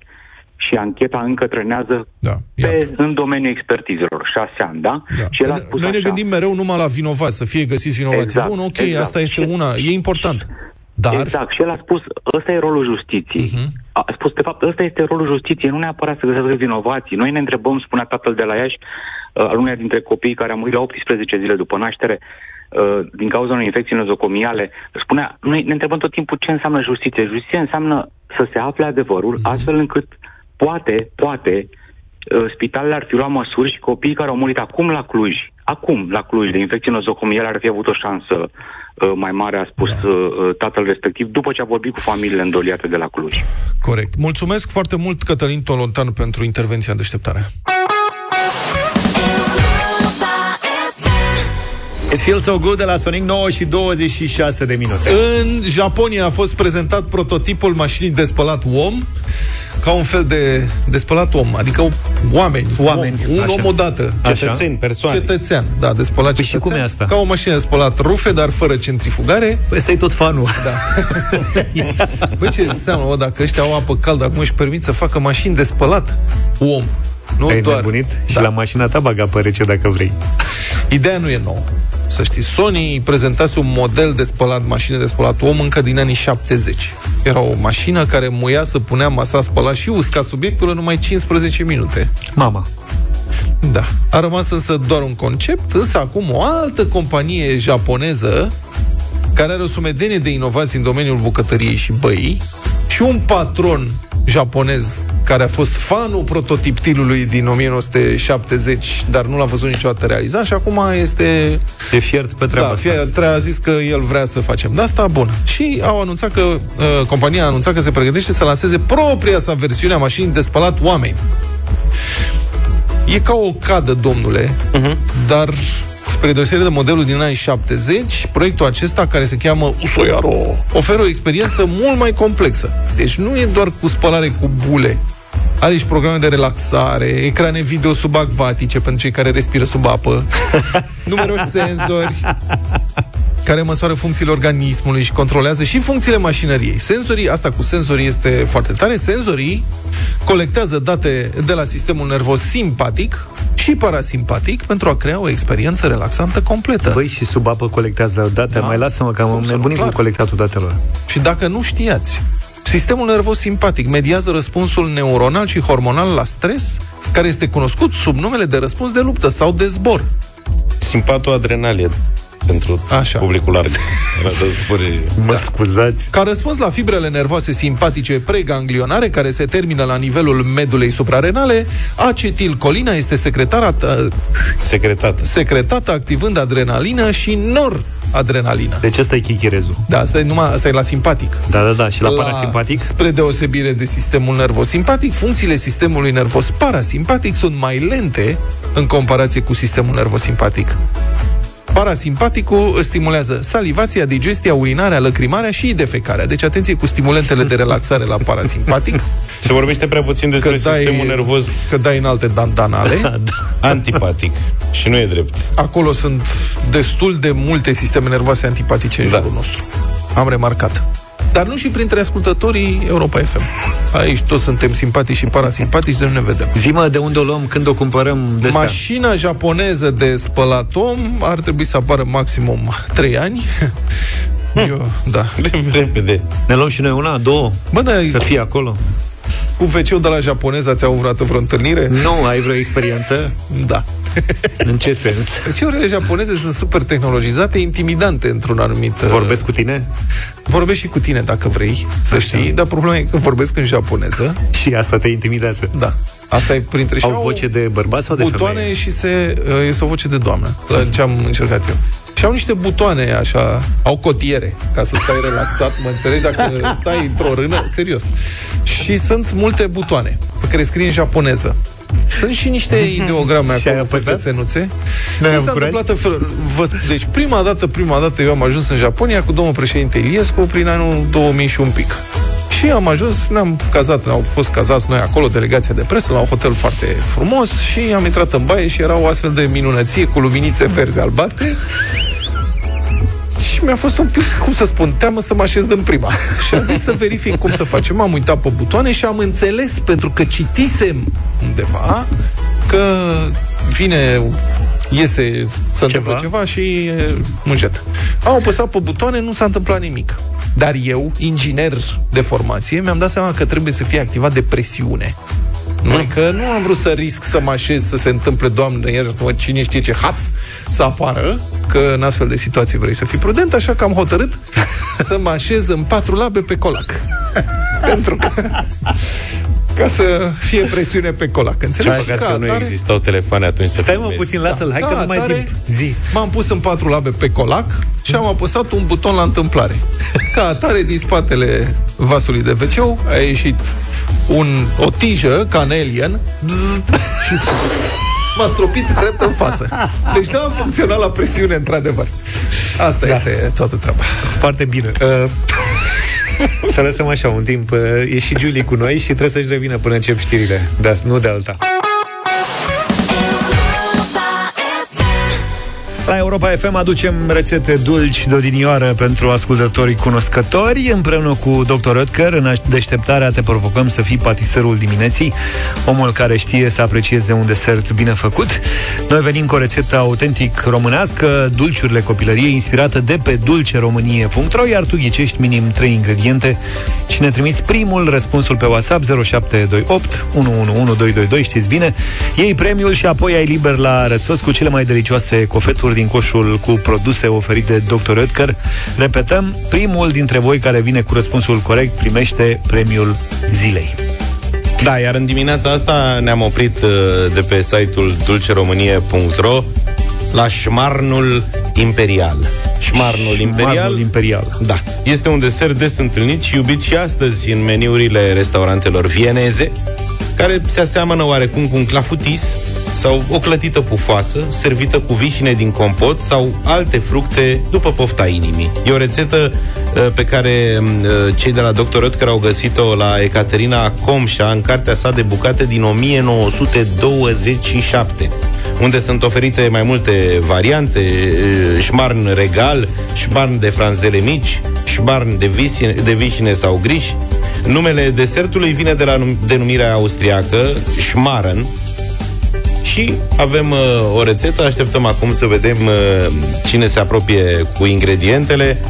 și ancheta încă trănează da, iată. pe, în domeniul expertizelor, șase ani, da? da. Și el a spus Noi așa, ne gândim mereu numai la vinovați, să fie găsiți vinovați. Exact, Bun, ok, exact. asta este una, e important. Dar... Exact, și el a spus, ăsta e rolul justiției. Uh-huh. A spus, de fapt, ăsta este rolul justiției, nu neapărat să găsească vinovații. Noi ne întrebăm, spunea tatăl de la Iași, al uneia dintre copiii care a murit la 18 zile după naștere, uh, din cauza unei infecții nozocomiale, spunea, noi ne întrebăm tot timpul ce înseamnă justiție. Justiție înseamnă să se afle adevărul, uh-huh. astfel încât poate, poate, uh, spitalele ar fi luat măsuri și copiii care au murit acum la Cluj, acum la Cluj, de infecție nozocomială, ar fi avut o șansă uh, mai mare, a spus da. tatăl respectiv, după ce a vorbit cu familiile îndoliate de la Cluj. Corect. Mulțumesc foarte mult, Cătălin Tolontan, pentru intervenția în deșteptare. It feels so good de la Sonic 9 și 26 de minute. În Japonia a fost prezentat prototipul mașinii de spălat om ca un fel de, de spălat om, adică oameni, Oameni, om, un așa. om odată. Cetățeni, persoane. Cetățean, da, de spălat Păi și cetățean, cum e asta? Ca o mașină de spălat rufe, dar fără centrifugare. Păi ăsta e tot fanul. (laughs) Da. Băi, ce înseamnă, mă, dacă ăștia au apă caldă, acum își permit să facă mașini de spălat om. Nu Ai doar. nebunit? Da. Și la mașina ta baga pe rece dacă vrei. Ideea nu e nouă. Să știi, Sony prezentase un model de spălat, mașină de spălat om încă din anii 70. Era o mașină care muia să punea masa spăla și usca subiectul în numai 15 minute. Mama. Da. A rămas însă doar un concept, însă acum o altă companie japoneză care are o sumedenie de inovații în domeniul bucătăriei și băii și un patron japonez care a fost fanul prototiptilului din 1970, dar nu l-a văzut niciodată realizat și acum este E fiert pe treaba da, asta. fier, tre- a zis că el vrea să facem de asta, bun. Și au anunțat că uh, compania a anunțat că se pregătește să lanseze propria sa versiune a mașinii de spălat oameni. E ca o cadă, domnule, uh-huh. dar spre deosebire de modelul din anii 70, proiectul acesta, care se cheamă Usoyaro, oferă o experiență mult mai complexă. Deci nu e doar cu spălare cu bule. Are și programe de relaxare, ecrane video subacvatice pentru cei care respiră sub apă, numeroși senzori, care măsoară funcțiile organismului și controlează și funcțiile mașinăriei. Senzorii, asta cu senzorii este foarte tare, senzorii colectează date de la sistemul nervos simpatic și parasimpatic pentru a crea o experiență relaxantă completă. Băi, și sub apă colectează date. Da. Mai lasă-mă că Cum am să nu, nebunit clar. cu colectatul datelor. Și dacă nu știați, sistemul nervos simpatic mediază răspunsul neuronal și hormonal la stres, care este cunoscut sub numele de răspuns de luptă sau de zbor. Simpatoadrenalie pentru Așa. Așa. publicul (laughs) larg. Da. Răzbure. Mă scuzați. Ca răspuns la fibrele nervoase simpatice preganglionare, care se termină la nivelul medulei suprarenale, acetilcolina este secretată, Secretat. secretată activând adrenalină și noradrenalină. Deci ăsta e chichirezul. Da, asta e, numai, asta e la simpatic. Da, da, da. Și la, la... parasimpatic? Spre deosebire de sistemul nervos simpatic, funcțiile sistemului nervos parasimpatic sunt mai lente în comparație cu sistemul nervos simpatic. Parasimpaticul stimulează salivația, digestia, urinarea, lăcrimarea și defecarea. Deci atenție cu stimulentele de relaxare la parasimpatic, Se vorbește prea puțin despre Că dai- sistemul nervos Da. că dai în alte (laughs) dandanale. antipatic. Și nu e drept. Acolo sunt destul de multe sisteme nervoase antipatice în Da. jurul nostru. Am remarcat. Dar nu și printre ascultătorii Europa FM. Aici toți suntem simpatici și parasimpatici, de nu ne vedem. Zimă de unde o luăm, când o cumpărăm de Mașina japoneză de spălat om ar trebui să apară maximum 3 ani. (laughs) Eu, (laughs) da. Repede. Ne luăm și noi una, două, Bă, da, să fie acolo. cu wc de la japoneză ați avut vreodată vreo întâlnire? Nu, ai vreo (laughs) experiență? Da. În ce sens? Ceurile japoneze sunt super tehnologizate, intimidante într-un anumit... uh, Vorbesc cu tine? Vorbesc și cu tine dacă vrei, să Așa. știi, dar problema e că vorbesc în japoneză. Și asta te intimidează. Da. Asta e printre și Au voce de bărbat sau de butoane femeie? și se, uh, este o voce de doamnă, la ce am încercat eu. Și au niște butoane, așa, au cotiere, ca să stai relaxat, mă înțelegi, dacă (laughs) stai într-o rână, serios. Și sunt multe butoane pe care scrie în japoneză. Sunt și niște ideograme Și ai acolo pe apăsat? senuțe. Ne-ai Mi s-a bucurat? întâmplat în felul... Vă, sp- deci, prima dată, prima dată eu am ajuns în Japonia cu domnul președinte Iliescu prin anul 2000 și un pic. Și am ajuns, ne-am cazat, au fost cazați noi acolo, delegația de presă, la un hotel foarte frumos și am intrat în baie și era o astfel de minunăție cu luminițe verzi albastre. Și mi-a fost un pic, cum să spun, teamă să mă așez din prima. Și am zis să verific cum să facem. M-am uitat pe butoane și am înțeles, pentru că citisem undeva, că vine, iese, să întâmplă ceva și e, mujet. Am apăsat pe butoane, nu s-a întâmplat nimic. Dar eu, inginer de formație, mi-am dat seama că trebuie să fie activat de presiune. Nu, că nu am vrut să risc să mă așez să se întâmple, doamne, iartă cine știe ce haț să apară, că în astfel de situații vrei să fii prudent, așa că am (laughs) hotărât să mă așez în patru labe pe colac. Pentru că... (laughs) Ca să fie presiune pe colac, Ce înțelegi? păcat Ca că nu atare- existau telefoane atunci să Stai mă filmezi. puțin, lasă-l, hai că nu mai atare, timp. Zi. Da, M-am pus în patru labe pe colac și am apăsat un buton la (laughs) întâmplare. Ca atare, din spatele vasului de wc a ieșit un, o tijă, ca în (laughs) alien, bzz, și m-a stropit drept în față. Deci nu a funcționat la presiune, într-adevăr. Asta da. este toată treaba. Foarte bine. Uh, (laughs) să lăsăm așa un timp. Uh, e și Julie cu noi și trebuie să-și revină până încep știrile. Da, nu de alta. La Europa FM aducem rețete dulci de odinioară pentru ascultătorii cunoscători. Împreună cu Dr. Oetker, în aș- deșteptarea te provocăm să fii patiserul dimineții, omul care știe să aprecieze un desert bine făcut. Noi venim cu o rețetă autentic românească, dulciurile copilăriei, inspirată de pe dulceromânie.ro, iar tu ghicești minim 3 ingrediente și ne trimiți primul răspunsul pe WhatsApp 0728 111222, știți bine. Iei premiul și apoi ai liber la răsos cu cele mai delicioase cofeturi din coșul cu produse oferite de Dr. Oetker. Repetăm, primul dintre voi care vine cu răspunsul corect primește premiul zilei. Da, iar în dimineața asta ne-am oprit uh, de pe site-ul dulceromânie.ro la șmarnul imperial. Șmarnul imperial, Marmul imperial. da, este un desert des întâlnit și iubit și astăzi în meniurile restaurantelor vieneze, care se aseamănă oarecum cu un clafutis sau o clătită pufoasă, servită cu vișine din compot sau alte fructe după pofta inimii. E o rețetă uh, pe care uh, cei de la Dr. Oetker au găsit-o la Ecaterina Comșa în cartea sa de bucate din 1927, unde sunt oferite mai multe variante, uh, șmarn regal, șmarn de franzele mici, șmarn de vișine, de vișine sau griși. Numele desertului vine de la num- denumirea austriacă șmaren, și avem uh, o rețetă, așteptăm acum să vedem uh, cine se apropie cu ingredientele.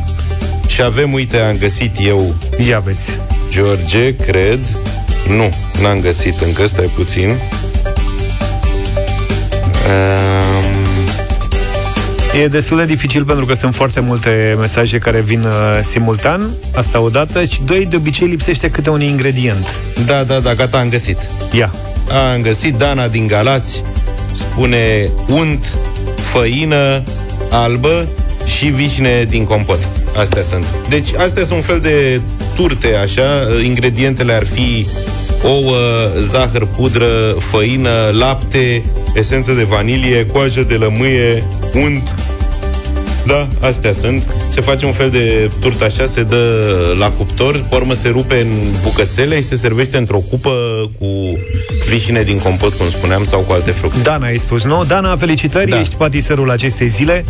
Și avem, uite, am găsit eu Ia vezi. George, cred. Nu, n-am găsit încă, stai puțin. Um, E destul de dificil pentru că sunt foarte multe mesaje care vin uh, simultan, asta odată, și doi, de obicei lipsește câte un ingredient. da, da, da, gata, am găsit. Ia. Am găsit Dana din Galați, spune unt, făină, albă și vișine din compot. Astea sunt. Deci, astea sunt un fel de turte, așa. Ingredientele ar fi ouă, zahăr, pudră, făină, lapte, esență de vanilie, coajă de lămâie, unt, Da, astea sunt. Se face un fel de turt așa, se dă la cuptor, pe urmă se rupe în bucățele și se servește într-o cupă cu vișine din compot, cum spuneam, sau cu alte fructe. Dana, ai spus, nu? Dana, felicitări, da. ești patiserul acestei zile.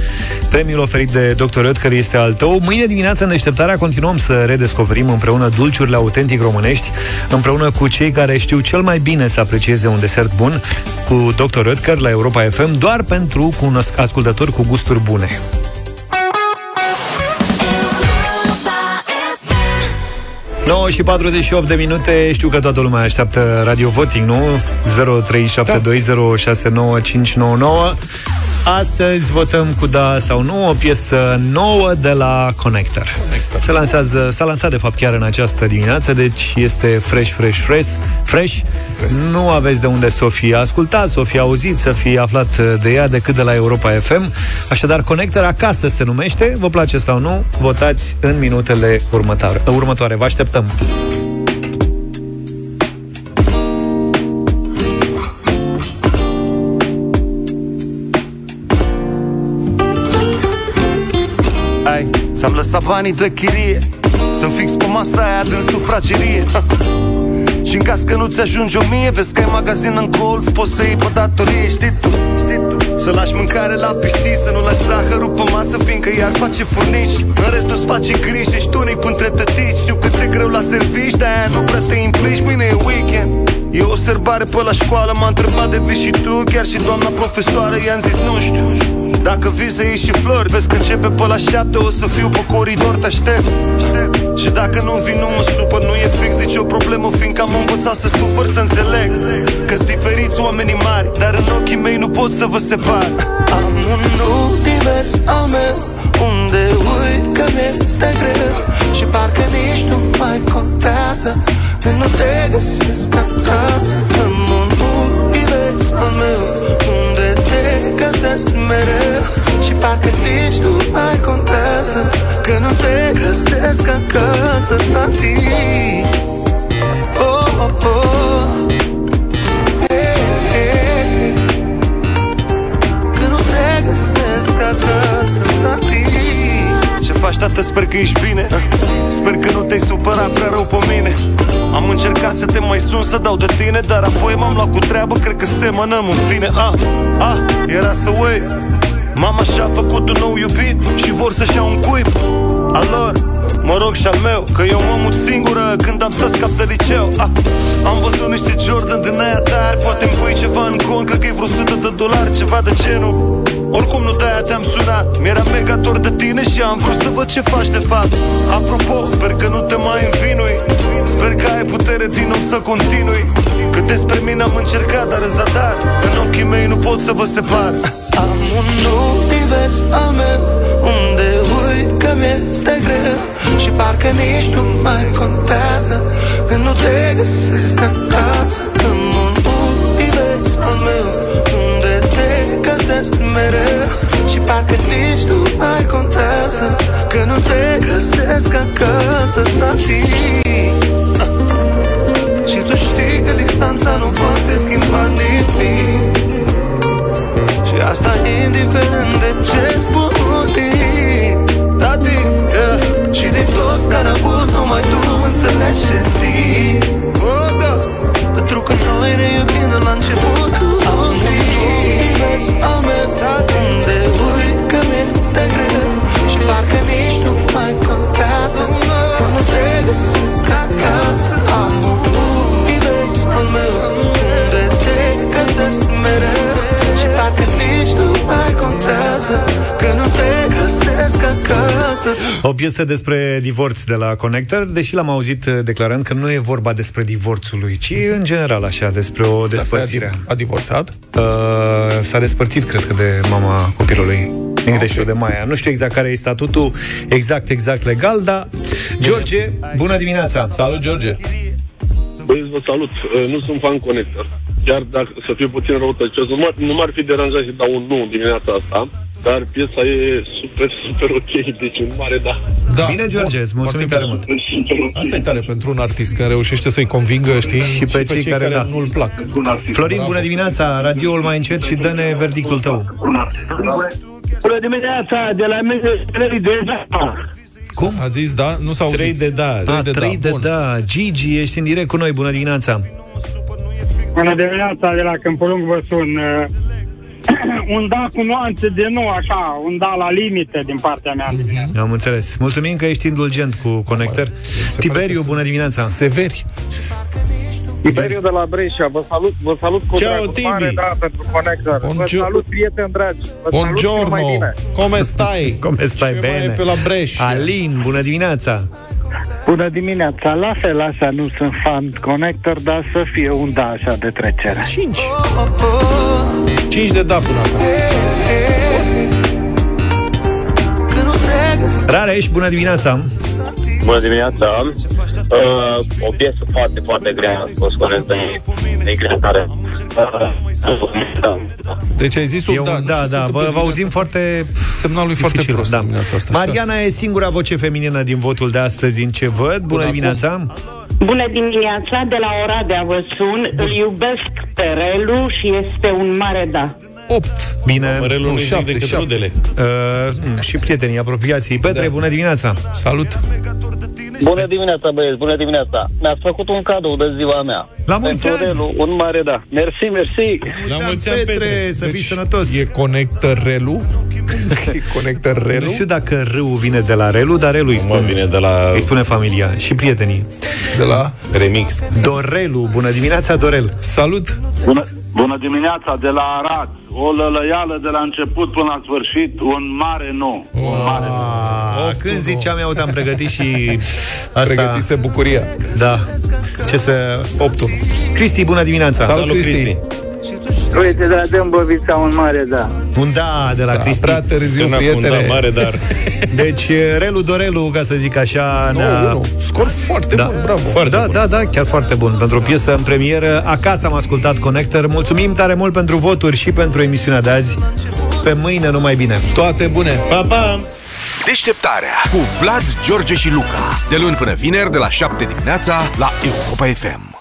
Premiul oferit de Dr. Oetker este al tău. Mâine dimineață, în deșteptarea, continuăm să redescoperim împreună dulciurile autentic românești, împreună cu cei care știu cel mai bine să aprecieze un desert bun, cu Dr. Oetker la Europa FM, doar pentru cunosc- ascultători cu gusturi bune. FM. 9 și 48 de minute Știu că toată lumea așteaptă Radio Voting, nu? 0372069599 Astăzi votăm cu da sau nu o piesă nouă de la Connector. Connector. Se lansează, s-a lansat de fapt chiar în această dimineață, deci este fresh, fresh, fresh, fresh. fresh. Nu aveți de unde să o fi ascultat, să o fi auzit, să fi aflat uh, de ea decât de la Europa FM. Așadar, Connector acasă se numește, vă place sau nu, votați în minutele următoare. următoare. Vă așteptăm! Ai, ți-am lăsat banii de chirie Sunt fix pe masa aia din sufragerie și în caz că nu-ți ajunge o mie Vezi că ai magazin în colț Poți să iei pe datorie, știi tu, știi tu. Să lași mâncare la pistii Să nu lași zahărul pe masă Fiindcă iar face furnici În rest nu-ți face griji Ești unic între tătici Știu că ți-e greu la servici De-aia nu prea te implici Mâine e weekend E o sărbare pe la școală M-a întrebat de vii și tu Chiar și doamna profesoară I-am zis nu știu dacă vii să iei și flori Vezi că începe pe la șapte O să fiu pe coridor, te aștept Și dacă nu vin, nu mă supăr Nu e fix nicio problemă Fiindcă am învățat să sufăr, să înțeleg că sunt diferiți oamenii mari Dar în ochii mei nu pot să vă separ Am un univers al meu Unde uit că mi-este greu Și parcă nici nu mai contează De nu te găsesc acasă Am un univers al meu Unde te găsesc mereu Și parcă nici nu mai contează Că nu te găsesc acasă la tine Oh, oh, oh Hey, hey. Că nu te găsesc acasă la tine ce faci, tată? Sper că ești bine Sper că nu te-ai supărat prea rău pe mine Am încercat să te mai sun, să dau de tine Dar apoi m-am luat cu treabă, cred că semănăm în fine Ah, ah, era să uit Mama și-a făcut un nou iubit Și vor să-și iau un cuib Al lor, Mă rog și-al meu, că eu mă mut singură Când am să scap de liceu ah, Am văzut niște Jordan din aia dar Poate îmi pui ceva în cont, cred că e vreo 100 de dolari Ceva de genul oricum nu de-aia te-am sunat Mi-era mega dor de tine și am vrut să văd ce faci de fapt Apropo, sper că nu te mai învinui Sper că ai putere din nou să continui Că despre mine am încercat, dar în zadar În ochii mei nu pot să vă separ Am un univers al meu Unde uit că mi-este greu Și parcă nici nu mai contează Că nu te găsesc acasă În un univers al meu Unde te găsesc mereu Și parcă nici nu mai contează Că nu te găsesc acasă la tine Și tu știi că distanța nu poate schimba nimic Și asta indiferent de ce spui Tati, yeah. și din toți care am avut Numai tu înțelegi ce zic oh, da. Pentru că noi ne iubim de la început Am un univers al meu Unde uit că mi-este greu Și parcă nici nu mai contează Că nu te găsesc acasă Am un univers al meu Unde te găsesc mereu Și parcă nici nu mai contează Că nu te găsesc acasă O piesă despre divorț de la Connector, deși l-am auzit eh, declarând că nu e vorba despre divorțul lui, ci în general așa, despre o despărțire. A divorțat? Uh, s-a despărțit, cred că, de mama copilului. Din câte știu de Maia. Nu știu exact care e statutul exact, exact legal, dar... George, bună dimineața! Salut, George! Băieți, vă salut. Uh, Nu sunt fan conector. Chiar dacă să fiu puțin răutăcios, nu m-ar, nu m-ar fi deranjat și dau un nu dimineața asta, dar piesa e super, super ok, deci un mare da. Da. Bine, George, îți mulțumim tare mult! Super ok. Asta e tare pentru un artist care reușește să-i convingă, știi? Și pe cei care da. nu-l plac. Florin, bună dimineața! Radioul mai încet și dă-ne verdictul tău. Bună dimineața, de la mine de da. Cum? A zis da? Nu s-au 3 de da. 3 de, 3 da. de da. Gigi, ești în direct cu noi. Bună dimineața. Bună dimineața, de la Câmpulung vă sun. Uh, (clears throat) un da cu nuanțe de nu, așa, un da la limite din partea mea. Mm-hmm. Am înțeles. Mulțumim că ești indulgent cu conector. Se pare Tiberiu, că bună dimineața. Severi. Imperiu de la Brescia, vă salut, vă salut cu Ciao, dragul Tibi. mare, da, pentru Connector. Vă Bongior- salut, prieteni dragi. Vă salut cât mai Buongiorno. bine. Come stai? (laughs) Come stai Ce bene? Mai e pe la Breș. Alin, bună dimineața. Bună dimineața, la fel așa, nu sunt fan connector, dar să fie un da așa de trecere. 5. Oh, 5 de da până acum. Rareș, bună dimineața. Bună dimineața! Uh, o piesă foarte, foarte grea, o scoanez de, de grea tare. Uh, Deci ai zis E un un da. nu da, știu da. ce Vă, se vă auzim foarte Semnalul e foarte dificil, prost da. dimineața asta. Mariana e singura voce feminină din votul de astăzi, din ce văd. Bună acum. dimineața. Bună dimineața, de la Oradea vă sun. Îl iubesc pe Relu și este un mare da. 8. Bine. Mărelul Nu, nu-i zic șapte, decât șapte. rudele. Uh, și prietenii apropiații. Petre, da. bună dimineața. Salut. bună dimineața, băieți, bună dimineața! Mi-ați făcut un cadou de ziua mea. La mulți ani! Pentru Relu, un mare da. Mersi, mersi! La mulți ani, Petre! Deci Să fii sănătos. E conectă (laughs) relu? e conectă relu? Nu știu dacă râul vine de la Relu, dar Relu îi Mă spune. vine de la Îi spune familia și prietenii. De la... remix. Dorelu, bună dimineața, Dorel. Salut. Bună, bună dimineața de la Arad. O lălăială de la început până la sfârșit, un mare nu. Un mare nu. A, Ah, când ziceam eu, am pregătit și asta. Pregătise bucuria. Da. Ce să... 8 Cristi, bună dimineața. Salut, Cristi. Uite, de la Dâmbovița, un mare da. Un da de la Da, Cristi. prea târziu, Până acum, da, prietene. mare (laughs) dar. Deci, Relu Dorelu, ca să zic așa, Da. ne-a- 1. Scor foarte Da. bun, bravo. da, da, da, chiar foarte bun. Pentru o piesă în premieră, acasă am ascultat Connector. Mulțumim tare mult pentru voturi și pentru emisiunea de azi. Pe mâine, numai bine. Toate bune. Pa, pa! Deșteptarea Da cu Vlad, George și Luca. De luni până vineri, de la 7 dimineața, la Europa FM.